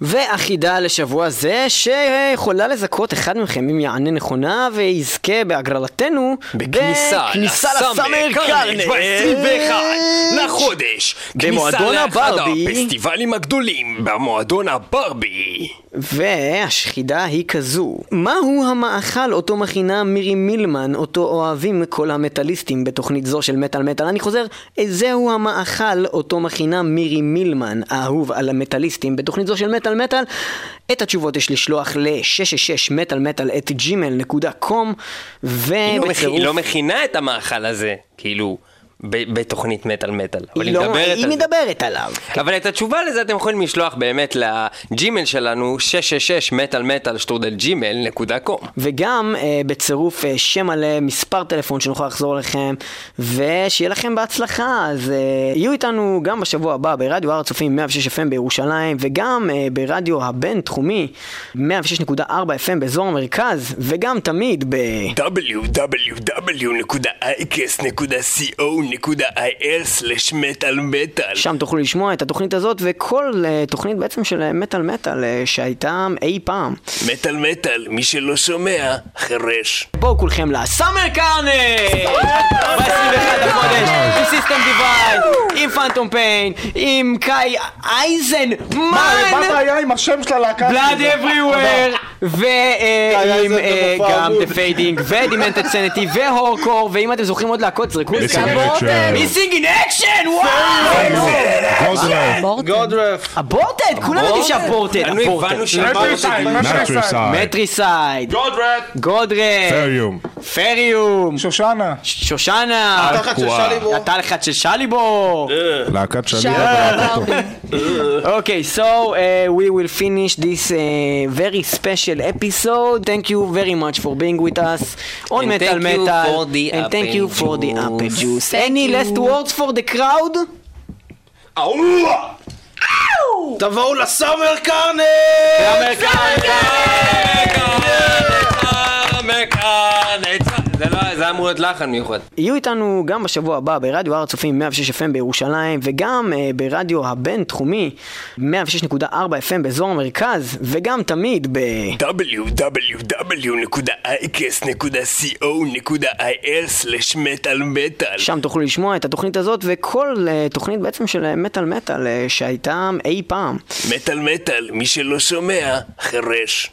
[SPEAKER 5] והחידה לשבוע זה, שיכולה לזכות אחד מכם אם יענה נכונה ויזכה בהגרלתנו
[SPEAKER 21] בכניסה
[SPEAKER 5] בכניסה לסאמר קרנט.
[SPEAKER 21] ב-21 נכון. לחודש.
[SPEAKER 5] במועדון
[SPEAKER 21] כניסה לאחד
[SPEAKER 5] הברבי.
[SPEAKER 21] הפסטיבלים הגדולים במועדון הברבי.
[SPEAKER 5] אה, והשחידה היא כזו. מהו המאכל אותו מכינה מירי מילמן, אותו אוהבים כל המטאליסטים בתוכנית זו של מטאל מטאל? אני חוזר, זהו המאכל אותו מכינה מירי מילמן, האהוב על המטאליסטים בתוכנית זו של מטאל מטאל. את התשובות יש לשלוח ל-666 מטאל מטאל את gmail.com
[SPEAKER 7] היא לא מכ-
[SPEAKER 5] ובצירוף...
[SPEAKER 7] היא לא מכינה את המאכל הזה, כאילו, ב- בתוכנית מטאל מטאל. אבל
[SPEAKER 5] היא
[SPEAKER 7] היא
[SPEAKER 5] לא-
[SPEAKER 7] מדברת
[SPEAKER 5] היא
[SPEAKER 7] על זה.
[SPEAKER 5] מדברת עליו.
[SPEAKER 7] אבל את התשובה לזה אתם יכולים לשלוח באמת לג'ימל שלנו, 666 מטאל מטאל שטרודל ג'ימל נקודה קום.
[SPEAKER 5] וגם אה, בצירוף אה, שם מלא, מספר טלפון שנוכל לחזור אליכם, ושיהיה לכם בהצלחה. אז אה, יהיו איתנו גם בשבוע הבא ברדיו הר הצופים 106 FM בירושלים, וגם אה, ברדיו הבינתחומי 106.4 FM באזור המרכז, וגם תמיד ב...
[SPEAKER 21] www.icast.co.il/מטאל-מטאל
[SPEAKER 5] שם תוכלו לשמוע את התוכנית הזאת, וכל אה, תוכנית בעצם של מטאל מטאל אה, שהייתה אי פעם.
[SPEAKER 21] מטאל מטאל, מי שלא שומע, חירש.
[SPEAKER 5] בואו כולכם לסאמר קרנט! ב-21 לחודש, עם סיסטם דיווייד, עם פאנטום פיין, עם קאי אייזנמן!
[SPEAKER 22] מה הבעיה עם השם של הלהקה?
[SPEAKER 5] בלאד
[SPEAKER 22] שלי?
[SPEAKER 5] אווריוור, ועם
[SPEAKER 22] אייזן
[SPEAKER 5] אה,
[SPEAKER 22] במופע
[SPEAKER 5] גם
[SPEAKER 22] אבוד.
[SPEAKER 5] דה פיידינג, ודימנטד סנטי, והורקור, ואם אתם זוכרים עוד להקות, זרקו את זה.
[SPEAKER 21] Missing in Action.
[SPEAKER 5] מיסינג אין אקשן! וואו!
[SPEAKER 3] גודרף.
[SPEAKER 5] הבורטד! כולם יודעים שהבורטד!
[SPEAKER 21] אנו הבנו שהבורטד.
[SPEAKER 5] מטריסייד!
[SPEAKER 3] גודרט!
[SPEAKER 5] גודרט!
[SPEAKER 21] פריום.
[SPEAKER 5] פריום!
[SPEAKER 22] שושנה!
[SPEAKER 5] שושנה!
[SPEAKER 12] התחת של שליבור.
[SPEAKER 5] התחת של שליבור!
[SPEAKER 12] להקת שני
[SPEAKER 5] okay, so uh, we will finish this uh, very special episode. Thank you very much for being with us on
[SPEAKER 7] And
[SPEAKER 5] Metal
[SPEAKER 7] thank you
[SPEAKER 5] Metal.
[SPEAKER 7] for the
[SPEAKER 5] and thank you
[SPEAKER 7] apple
[SPEAKER 5] for the apple juice.
[SPEAKER 7] Thank
[SPEAKER 5] Any
[SPEAKER 7] you.
[SPEAKER 5] last words for the crowd?
[SPEAKER 3] תבואו לסאמר קרנט!
[SPEAKER 5] סאמר
[SPEAKER 7] זה לא- זה אמור להיות לחן מיוחד.
[SPEAKER 5] יהיו איתנו גם בשבוע הבא ברדיו הר הצופים 106 FM בירושלים וגם אה, ברדיו הבינתחומי 106.4 FM באזור המרכז וגם תמיד ב...
[SPEAKER 21] www.icast.co.il/מטאל-מטאל
[SPEAKER 5] שם תוכלו לשמוע את התוכנית הזאת וכל אה, תוכנית בעצם של מטאל מטאל שהייתה אי פעם.
[SPEAKER 21] מטאל מטאל, מי שלא שומע, חירש.